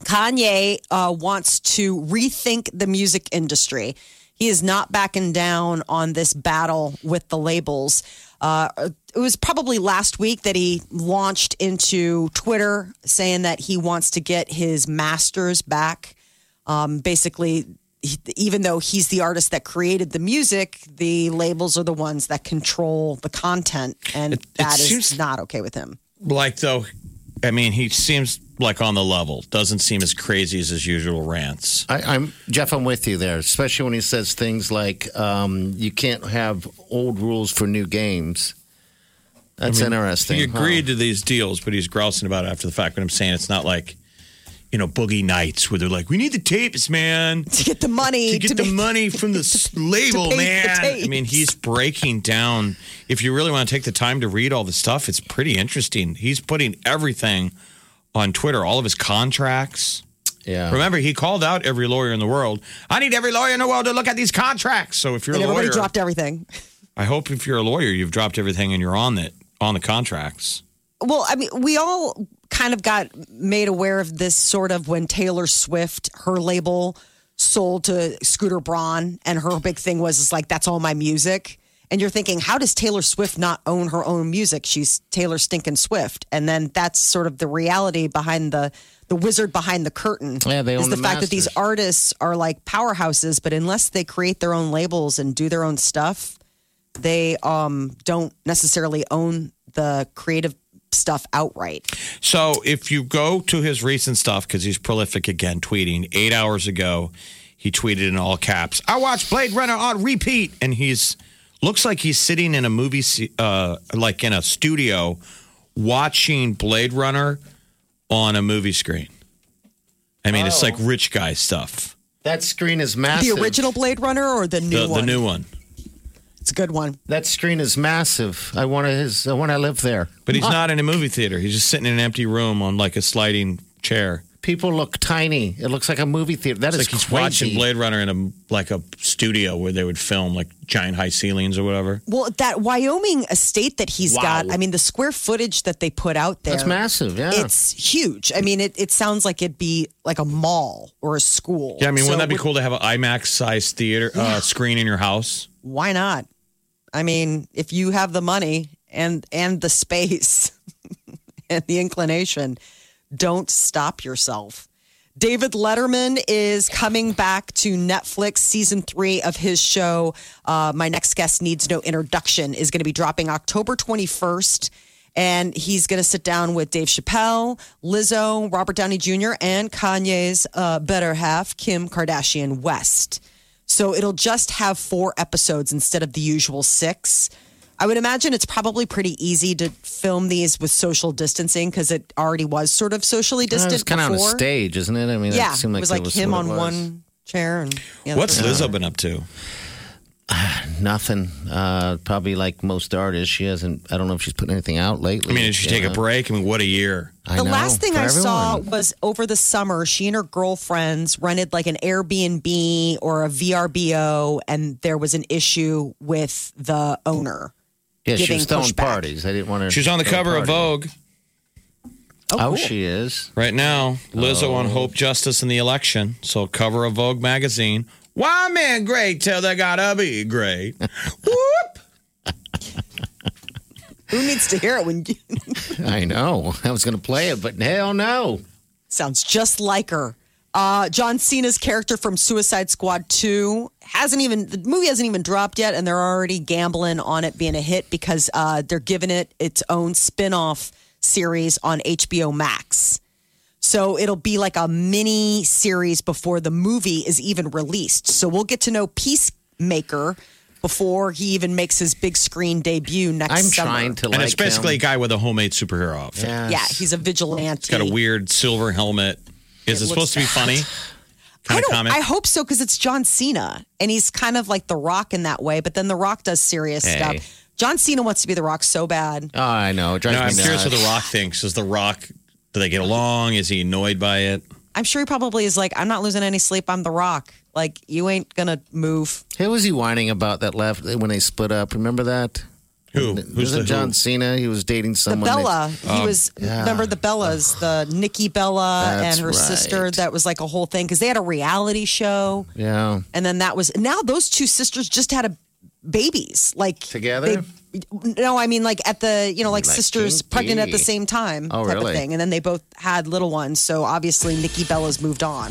S5: Kanye uh, wants to rethink the music industry. He is not backing down on this battle with the labels. Uh, it was probably last week that he launched into Twitter saying that he wants to get his masters back. Um, basically, he, even though he's the artist that created the music, the labels are the ones that control the content, and
S4: It- it
S5: that is
S4: seems-
S5: not okay with him.
S4: Like though, I mean, he seems like on the level. Doesn't seem as crazy as his usual rants.
S3: I, I'm Jeff. I'm with you there, especially when he says things like um, "you can't have old rules for new games." That's interesting.
S4: He
S3: huh?
S4: agreed to these deals, but he's grousing about it after the fact. But I'm saying it's not like, you know, boogie nights where they're like, we need the tapes, man.
S5: To get the money,
S4: To get the money from the s- label,
S5: pay the
S4: man. I
S5: tapes.
S4: mean, he's breaking down. If you really want to take the time to read all the stuff, it's pretty interesting. He's putting everything on Twitter, all of his contracts.
S3: Yeah.
S4: Remember, he called out every lawyer in the world. I need every lawyer in the world to look at these contracts. So if you're
S5: and
S4: a
S5: everybody
S4: lawyer,
S5: dropped everything.
S4: I hope if you're a lawyer, you've dropped everything and you're on it on the contracts.
S5: Well, I mean, we all kind of got made aware of this sort of when Taylor Swift, her label, sold to Scooter Braun, and her big thing was is like that's all my music. And you're thinking, how does Taylor Swift not own her own music? She's Taylor Stinkin' Swift, and then that's sort of the reality behind the the wizard behind the curtain.
S3: Yeah, they
S5: is
S3: own
S5: the,
S3: the
S5: fact that these
S3: masters.
S5: artists are like powerhouses, but unless they create their own labels and do their own stuff, they um, don't necessarily own the creative stuff outright.
S4: So if you go to his recent stuff, because he's prolific again, tweeting eight hours ago, he tweeted in all caps, I watched Blade Runner on repeat. And he's Looks like he's sitting in a movie, se- uh, like in a studio, watching Blade Runner on a movie screen. I mean,
S3: Oh.
S4: it's like rich guy stuff.
S3: That screen is massive.
S5: The original Blade Runner or the new
S4: The,
S5: one?
S4: the new one.
S5: It's a good one.
S3: That screen is massive. I want to. His, I want to live there.
S4: But he's not in a movie theater. He's just sitting in an empty room on like a sliding chair.
S3: People look tiny. It looks like a movie theater. That
S4: It's
S3: is
S4: like he's
S3: crazy.
S4: watching Blade Runner in a like a studio where they would film like giant high ceilings or whatever.
S5: Well, that Wyoming estate that he's got, I mean, the square footage that they put out there.
S3: That's massive. Yeah.
S5: It's huge. I mean, it, it sounds like it'd be like a mall or a school.
S4: Yeah, I mean,
S5: So
S4: wouldn't that be
S5: would-
S4: cool to have an IMAX sized theater uh, screen in your house?
S5: Why not? I mean, if you have the money and and the space and the inclination, don't stop yourself. David Letterman is coming back to Netflix. Season three of his show, uh, My Next Guest Needs No Introduction, is going to be dropping October 21st. And he's going to sit down with Dave Chappelle, Lizzo, Robert Downey Jr., and Kanye's uh, better half, Kim Kardashian West. So it'll just have four episodes instead of the usual six. I would imagine it's probably pretty easy to film these with social distancing because it already was sort of socially
S3: Yeah,
S5: distant.
S3: uh, It's kind of on a
S5: before
S3: stage, isn't it? I mean,
S5: yeah,
S3: it seemed like
S5: it was like
S3: that was
S5: him
S3: what
S5: on
S3: it was.
S5: one chair and yeah,
S4: What's
S5: that's-
S4: Lizzo been up to?
S3: Nothing. Uh, probably like most artists, she hasn't. I don't know if she's putting anything out lately.
S4: I mean, did she
S3: you
S4: take a
S3: know?
S4: break? I mean, what a year.
S3: I
S5: the
S3: know,
S5: last thing
S3: for
S5: I saw
S3: everyone.
S5: was over the summer. She and her girlfriends rented like an Airbnb or a VRBO, and there was an issue with the owner.
S3: Yeah, she
S5: giving
S3: was throwing
S5: pushback.
S3: parties. I didn't want her.
S4: She's on the
S3: to throw a
S4: cover of
S3: party.
S4: Vogue
S5: Oh,
S3: Oh,
S5: cool.
S3: she is. Oh.
S4: right now. Lizzo on Hope, Justice, and the Election. So cover of Vogue magazine. Why men great till they gotta be great? Whoop.
S5: Who needs to hear it when you
S3: I know. I was going to play it, but hell no.
S5: sounds just like her? Uh, John Cena's character from Suicide Squad 2 hasn't even, the movie hasn't even dropped yet, and they're already gambling on it being a hit because uh, they're giving it its own spin off series on HBO Max. So it'll be like a mini series before the movie is even released. So we'll get to know Peacemaker before he even makes his big screen debut next
S3: I'm
S5: summer.
S3: trying to.
S4: And
S3: like
S4: it's basically a
S3: him.
S4: guy with a homemade superhero outfit.
S3: Yes.
S5: Yeah, he's a vigilante.
S4: It's got a weird silver helmet. Is it, supposed to be funny?
S5: I
S4: Kind of
S5: don't.
S4: comment.
S5: I hope so because it's John Cena, and he's kind of like The Rock in that way. But then The Rock does serious
S3: Hey.
S5: stuff. John Cena wants to be The Rock so bad.
S3: Oh, I know. It drives
S4: no,
S3: me
S4: I'm curious what
S3: nuts.
S4: The Rock thinks. Is The Rock, do they get along? Is he annoyed by it?
S5: I'm sure he probably is like, I'm not losing any sleep. I'm The Rock. Like you ain't gonna move.
S3: Who was he whining about that left when they split up? Remember that?
S4: Who?
S3: Who's
S4: the
S3: it John
S4: who? Um,
S3: Cena? He was dating
S5: The
S3: someone.
S5: Bella.
S3: that-
S5: he was remember the Bellas, the Nikki Bella
S3: That's
S5: and her sister.
S3: right.
S5: That was like a whole thing because they had a reality show,
S3: yeah.
S5: and then that was now those two sisters just had a babies like
S3: Together?
S5: they- no, I mean like at the you know like,
S3: Like
S5: sisters
S3: kinky.
S5: pregnant at the same time
S3: Oh,
S5: type of
S3: really?
S5: thing, and then they both had little ones. So obviously Nikki Bella's moved on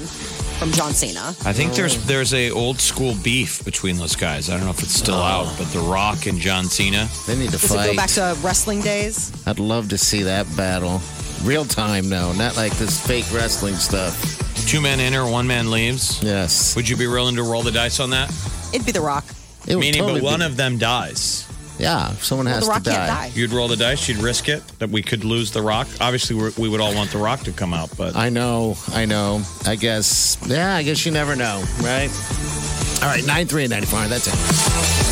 S5: from John Cena.
S4: I think there's
S3: Oh.
S4: there's a old school beef between those guys. I don't know if it's still out, but The Rock and John Cena.
S3: Oh. They need to
S5: Does
S3: fight.
S5: it go back to wrestling days?
S3: I'd love to see that battle. Real time, though, not like this fake wrestling stuff.
S4: Two men enter, one man leaves.
S3: Yes.
S4: Would you be willing to roll the dice on that?
S5: It'd be The Rock.
S3: It would
S4: Meaning,
S3: totally
S4: but one
S3: be-
S4: of them dies.
S3: Yeah, if someone
S5: Well,
S3: has
S5: the Rock
S3: to
S5: can't
S3: die.
S5: die.
S4: You'd roll the dice. You'd risk it that we could lose The Rock. Obviously, we're, we would all want The Rock to come out, but
S3: I know, I know. I guess, yeah, Ah, I guess you never know, right? All right, 93 and 94, that's it.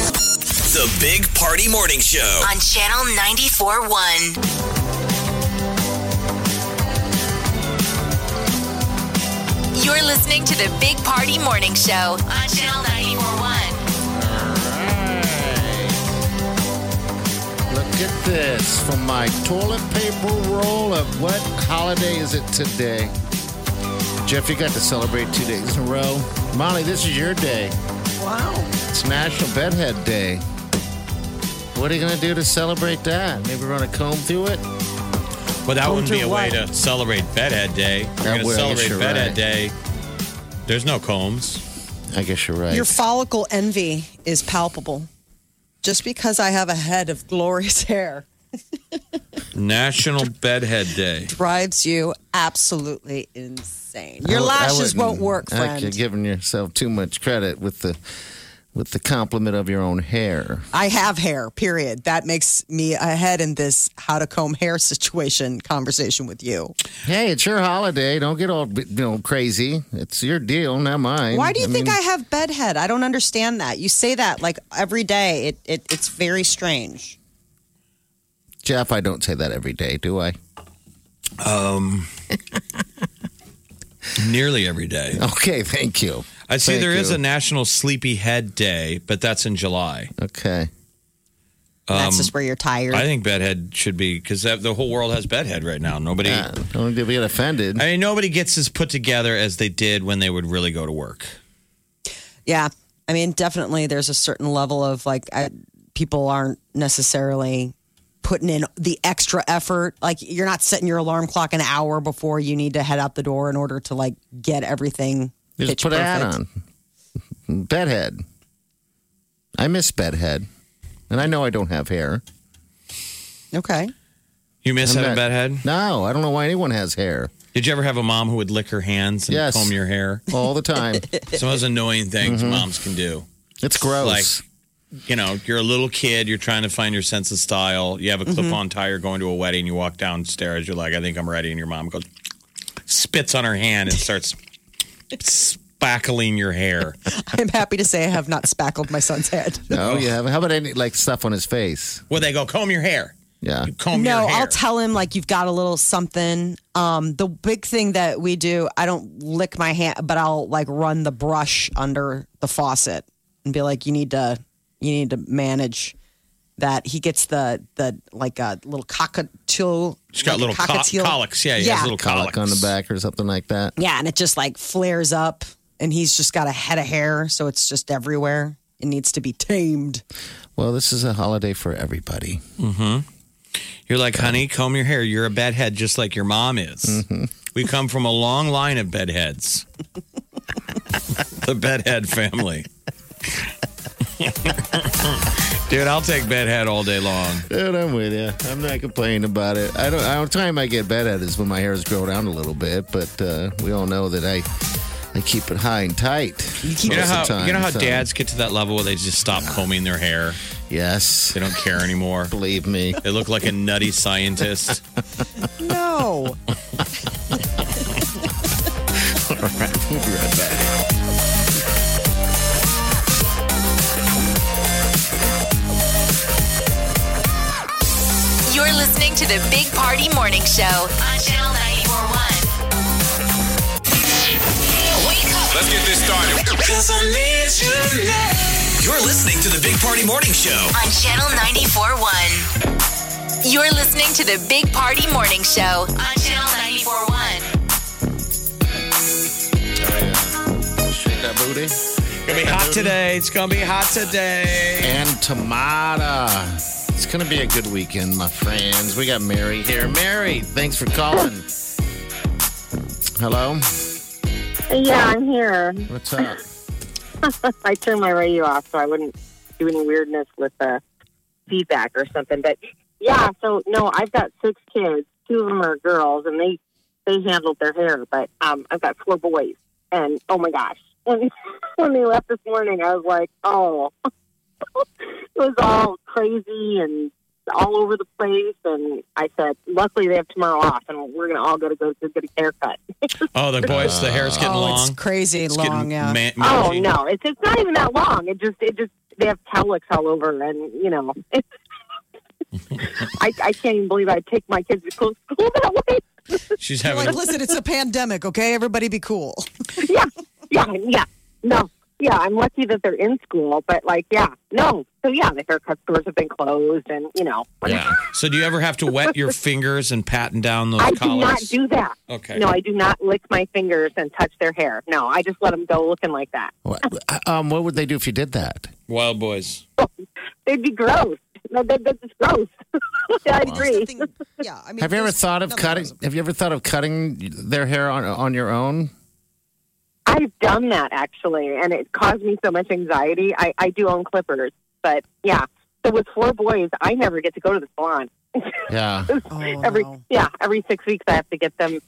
S6: The Big Party Morning Show.
S2: on Channel 94.1. You're listening to the Big Party Morning Show on Channel 94.1.
S3: Look at this from my toilet paper roll of what holiday is it today? Jeff, you got to celebrate two days in a row. Molly, this is your day.
S5: Wow.
S3: It's National Bedhead Day. What are you going to do to celebrate that? Maybe run a comb through it?
S4: But that
S5: Going
S4: wouldn't be
S5: through
S4: a way
S5: what?
S4: to celebrate Bedhead Day. We're
S3: That
S4: going to
S3: would- I guess
S4: celebrate
S3: you're
S4: Bedhead
S3: right.
S4: Day. There's no combs.
S3: I guess you're right.
S5: Your follicle envy is palpable. Just because I have a head of glorious hair
S4: National Bedhead Day.
S5: drives you absolutely insane. Your
S3: I- I
S5: lashes won't
S3: wouldn't-
S5: work,
S3: I think
S5: friend.
S3: You're giving yourself too much credit with the with the compliment of your own hair.
S5: I have hair, period. That makes me ahead in this how to comb hair situation conversation with you.
S3: Hey, it's your holiday. Don't get all you know crazy. It's your deal, not mine.
S5: Why do you think
S3: mean-
S5: I have bedhead? I don't understand that. You say that like every day. It, it it's very strange.
S3: Jeff? I don't say that every day, do I?
S4: Um, nearly every day.
S3: Okay, thank you.
S4: I see
S3: Thank
S4: there is
S3: you.
S4: a National Sleepyhead Day, but that's in July.
S3: Okay.
S5: That's just where you're tired.
S4: Um, I think bedhead should be because the whole world has bedhead right now. Nobody,
S3: Don't get- get offended.
S4: I mean, nobody gets as put together as they did when they would really go to work.
S5: yeah, I mean, definitely. There's a certain level of like I, people aren't necessarily putting in the extra effort. Like you're not setting your alarm clock an hour before you need to head out the door in order to like get everything.
S3: Just
S5: pitch
S3: put a hat
S5: perfect.
S3: on. Bedhead. I miss bedhead, and I know I don't have hair.
S5: Okay.
S4: You miss
S3: I'm
S4: having
S3: not-
S4: bedhead?
S3: No, I don't know why anyone has hair
S4: Did you ever have a mom who would lick her hands and
S3: Yes.
S4: comb your hair?
S3: all the Mm-hmm. time.
S4: Some of those annoying things moms can do.
S3: it's gross.
S4: Like, you know, you're a little kid, you're trying to find your sense of style. You have a clip
S3: Mm-hmm.
S4: on tie, you're going to a wedding, you walk downstairs, you're like, I think I'm ready. And your mom goes, spits on her hand and starts spackling your hair.
S5: I'm happy to say I have not spackled my son's head.
S3: no, Oh, you haven't. How about any like stuff on his face?
S4: Well, they go, comb your hair.
S3: Yeah.
S4: Comb
S5: no,
S4: your hair.
S5: I'll tell him like you've got a little something. Um, the big thing that we do, I don't lick my hand, but I'll like run the brush under the faucet and be like, you need to, you need to manage that. He gets the the like a little cockatiel.
S4: She's got
S5: like a
S4: little co-
S5: cockatiel-
S4: colics. Yeah, he
S5: Yeah.
S4: has little colics.
S3: Colic on the back or something like that.
S5: Yeah, and it just like flares up, and he's just got a head of hair, so it's just everywhere. It needs to be tamed.
S3: Well, this is a holiday for everybody.
S4: You're like, honey, comb your hair. You're a bedhead just like your mom is.
S3: Mm-hmm.
S4: We come from a long line of bedheads. the bedhead family. Dude, I'll take bedhead all day long.
S3: Dude, I'm with you. I'm not complaining about it. I don't. The only time I get bad at is when my hair's grown out a little bit, but uh, we all know that I I keep it high and tight.
S4: You know
S3: most of
S4: how
S3: the time,
S4: you know how
S3: so-
S4: dads get to that level where they just stop combing their hair.
S3: Yes,
S4: They don't care anymore.
S3: believe me.
S4: They look like a nutty scientist.
S5: No.
S3: We'll be right back.
S2: You're listening to the Big Party Morning Show on Channel 941. Wake up
S6: Let's get this started. You're listening to the Big Party Morning Show.
S2: on Channel 941. You're listening to the Big Party Morning Show on Channel 941.
S3: Shake that booty.
S4: It's gonna be hot today. It's gonna be hot today.
S3: And Tamara. It's gonna be a good weekend, my friends. We got Mary here. Mary, thanks for calling. Hello.
S11: Yeah, I'm here.
S3: What's up?
S11: I turned my radio off so I wouldn't do any weirdness with the feedback or something. But yeah, so no, I've got six kids. Two of them are girls, and they they handled their hair. But um, I've got four boys, and oh my gosh, when when they left this morning, I was like, oh, it was all crazy and all over the place. And I said, luckily they have tomorrow off, and we're gonna all go to go to get a haircut.
S4: Oh, the boys, the hair's getting
S5: oh,
S4: long.
S5: it's crazy
S4: It's getting
S5: long. Yeah.
S4: man-
S11: Oh
S4: mangy.
S11: no, it's it's not even that long. It just it just they have cowlicks all over, and you know, it's, I I can't even believe I take my kids to school school that way.
S4: She's
S5: You're
S4: having
S5: like, listen, it's a pandemic, okay? Everybody be cool.
S11: Yeah, yeah, yeah. No, yeah. I'm lucky that they're in school, but like, yeah, no. So yeah, the haircut stores have been closed, and you know,
S4: Yeah. So do you ever have to wet your fingers and pat down those
S11: I do not
S4: collars?
S11: do that.
S4: Okay.
S11: No, I do not lick my fingers and touch their hair. No, I just let them go looking like that.
S3: What, um, what would they do if you did that?
S4: Wild boys.
S11: They'd be gross. No, that, that's just gross. I agree.
S5: Nothing- yeah, I mean,
S3: Have you ever
S5: there's
S3: thought of
S5: nothing
S3: cutting?
S5: goes-
S3: Have you ever thought of cutting their hair on on your own?
S11: I've done that actually, and it caused me so much anxiety. I, I do own clippers, but yeah. So with four boys, I never get to go to the salon.
S3: Yeah.
S5: Oh,
S11: every
S5: no.
S11: yeah, every six weeks I have to get them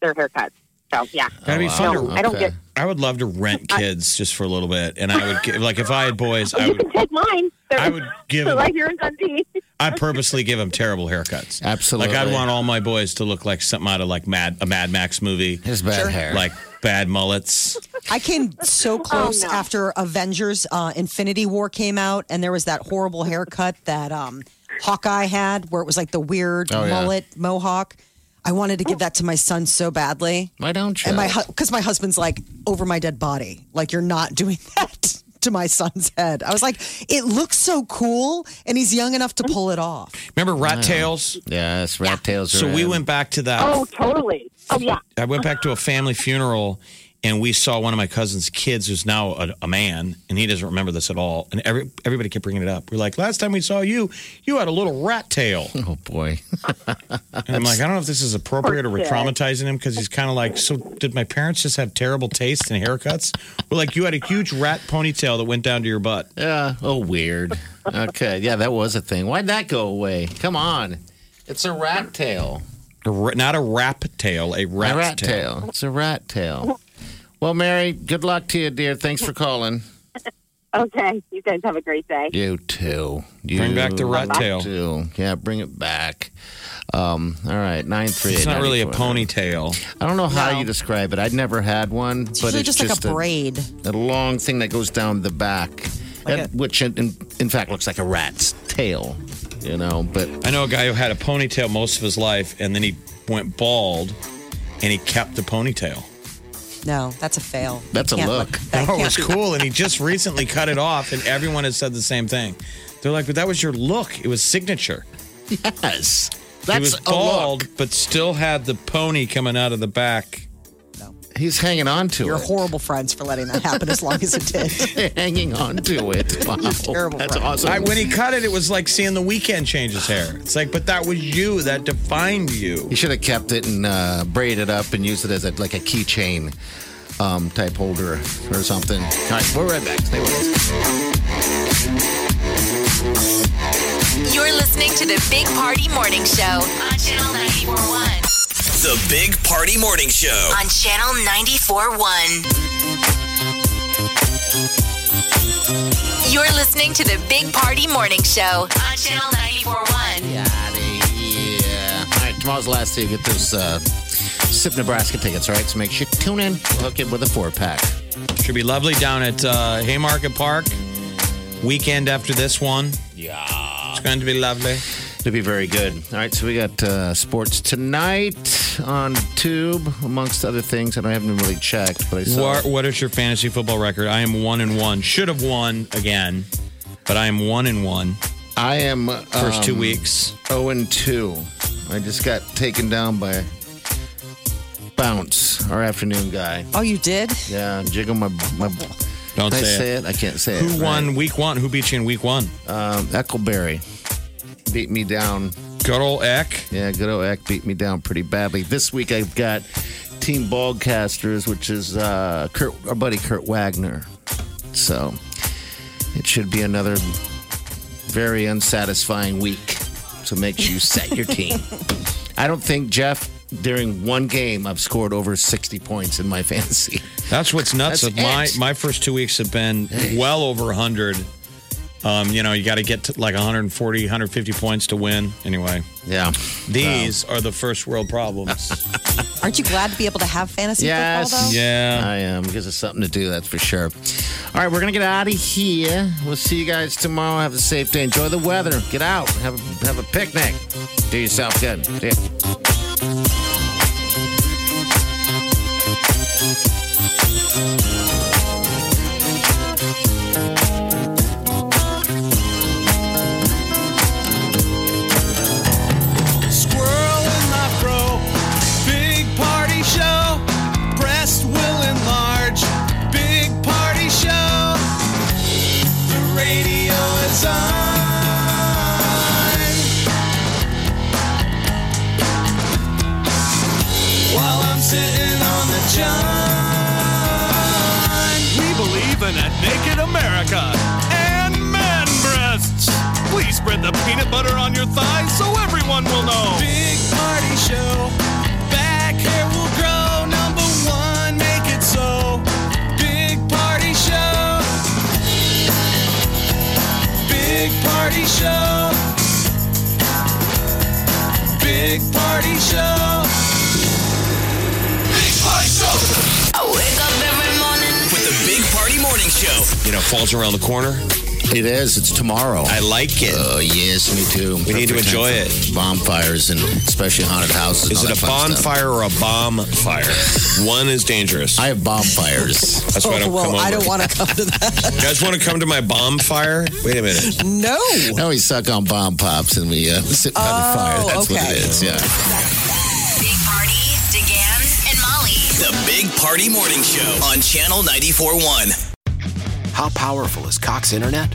S11: their haircuts. So yeah,
S4: Oh, That'd
S3: Oh,
S4: be fun.
S11: No,
S4: to,
S11: I don't get.
S4: I would love to rent kids just for a little bit, and I would gi- like if I had boys, I
S11: you
S4: would.
S11: can take mine. They're,
S4: I would give
S11: they're
S4: them.
S11: right here in Dundee.
S4: I purposely give them terrible haircuts.
S3: Absolutely.
S4: Like I'd want all my boys to look like something out of like Mad a Mad Max movie.
S3: His bad Sure. hair.
S4: like bad mullets.
S5: I came
S11: Oh,
S5: so close after Avengers uh, Infinity War came out, and there was that horrible haircut that um, Hawkeye had where it was like the weird
S3: Oh, yeah.
S5: mullet mohawk. I wanted to give that to my son so badly.
S3: Why don't you?
S5: And my because my husband's like over my dead body, like you're not doing that to my son's head. I was like, it looks so cool, and he's young enough
S11: Mm-hmm.
S5: to pull it off.
S4: Remember Rat Tails?
S3: Yes, rat tails. Are
S4: So we
S3: in.
S4: went back to that.
S11: Oh, totally. Oh yeah.
S4: I went back to a family funeral and we saw one of my cousin's kids who's now a, a man and he doesn't remember this at all. And every, everybody kept bringing it up. We're like, last time we saw you, you had a little rat tail.
S3: Oh boy.
S4: And I'm like, I don't know if this is appropriate or
S11: Poor
S4: we're
S11: kid.
S4: traumatizing him because he's kind of like, so did my parents just have terrible taste in haircuts? We're like, you had a huge rat ponytail that went down to your butt.
S3: Yeah. Oh, weird. Okay. Yeah, that was a thing. Why'd that go away? Come on. It's a rat tail.
S4: A ra- not a rap tail, a rat,
S3: a rat
S4: tail.
S3: tail. It's a rat tail. Well, Mary, good luck to you, dear. Thanks for calling.
S11: Okay. You guys have a great day.
S3: You too. You
S4: Bring back the rat tail.
S3: Too. Yeah, bring it back. Um, all right, nine three.
S4: It's not really a ponytail.
S3: I don't know how you describe it. I'd never had one,
S5: It's
S3: but
S5: usually
S3: it's
S5: just, like a
S3: a,
S5: braid.
S3: a long thing that goes down the back, and- which in, in, in fact looks like a rat's tail. You know, but
S4: I know a guy who had a ponytail most of his life, and then he went bald, and he kept the ponytail.
S5: No, that's a fail.
S3: That's a
S5: Can't
S3: look.
S5: that
S4: Oh, it was
S5: can't be-
S4: cool, and he just recently cut it off, and everyone has said the same thing. They're like, "But that was your look. It was signature.
S3: yes,
S4: he
S3: that's
S4: was
S3: a look.
S4: bald, but still had the pony coming out of the back."
S3: He's hanging on to
S5: You're
S3: it.
S5: horrible friends for letting that happen as long as it did.
S3: hanging on to it. Wow.
S5: terrible
S3: That's
S5: friend.
S3: awesome.
S4: I, when he cut it, it was like seeing the weekend change his hair. It's like, but that was you. That defined you.
S3: you should have kept it and uh, braided it up and used it as a, like a keychain um, type holder or something. All right, we're right back. Stay with us.
S2: You're listening to the Big Party Morning Show on Channel 94.1.
S6: The Big Party Morning Show.
S2: On Channel 94.1. You're listening to the Big Party Morning Show on Channel 94.1.
S3: Yeah. All right, tomorrow's the last day to get those uh, SIP Nebraska tickets, all right? So make sure you tune in. We'll hook it with a four pack.
S4: Should be lovely down at uh, Haymarket Park. Weekend after this one,
S3: Yeah.
S4: it's going to be lovely.
S3: It'll be very good. All right, so we got uh, sports tonight on Tube, amongst other things. And I haven't really checked, but I saw.
S4: What, what is your fantasy football record? I am one and one. Should have won again, but I am one and one.
S3: I am.
S4: First two
S3: um,
S4: weeks.
S3: 0 and 2. I just got taken down by Bounce, our afternoon guy.
S5: Oh, you did?
S3: Yeah, jiggle my. my
S4: Don't
S3: can I
S4: say,
S3: say
S4: it.
S3: it? I can't say it.
S4: Who won
S3: right?
S4: week one? Who beat you in week one?
S3: Um, Eckleberry beat me down.
S4: Good old Eck.
S3: Yeah, good old Eck beat me down pretty badly. This week I've got Team Baldcasters, which is uh, Kurt, our buddy Kurt Wagner. So it should be another very unsatisfying week. So make sure you set your team. I don't think Jeff. During one game, I've scored over 60 points in my fantasy.
S4: That's what's nuts.
S3: That's
S4: of my
S3: it.
S4: my first two weeks have been well over 100. Um, you know, you got to get to like 140, 150 points to win. Anyway,
S3: Yeah.
S4: these are the first world problems.
S5: Aren't you glad to be able to have fantasy
S3: Yes.
S5: football, though?
S4: yeah.
S3: I am because it's something to do, that's for sure. All right, we're going to get out of here. We'll see you guys tomorrow. Have a safe day. Enjoy the weather. Get out. Have a, have a picnic. Do yourself good. See ya.
S12: Squirrel in my fro. Big party show. Breast will enlarge. Big party show. The radio is on. While I'm sitting on the john. We believe in a naked America and man breasts. Please spread the peanut butter on your thighs so everyone will know. Big party show. Back hair will grow. Number Big Party Show. Big Party Show.
S2: I wake up every morning.
S12: With the Big Party Morning Show.
S4: You know, falls around the corner.
S3: It is. It's tomorrow.
S4: I like it.
S3: Oh, yes, me too.
S4: We need to
S3: Perfect
S4: enjoy
S3: time for Bonfires and especially haunted houses.
S4: Is
S3: and all
S4: it a
S3: that fun stuff.
S4: bonfire or a bomb fire? One is dangerous. I
S3: have bonfires.
S4: That's why I don't
S5: Whoa,
S4: come over.
S5: I don't want to come to that.
S4: You guys want to come to my bonfire? Wait a minute.
S5: No.
S3: Now we suck on bomb pops and we uh, sit by the fire. That's what it is. Yeah.
S2: Big Party, DeGan, and Molly.
S12: The Big Party Morning Show on Channel 94.1.
S10: How powerful is Cox Internet?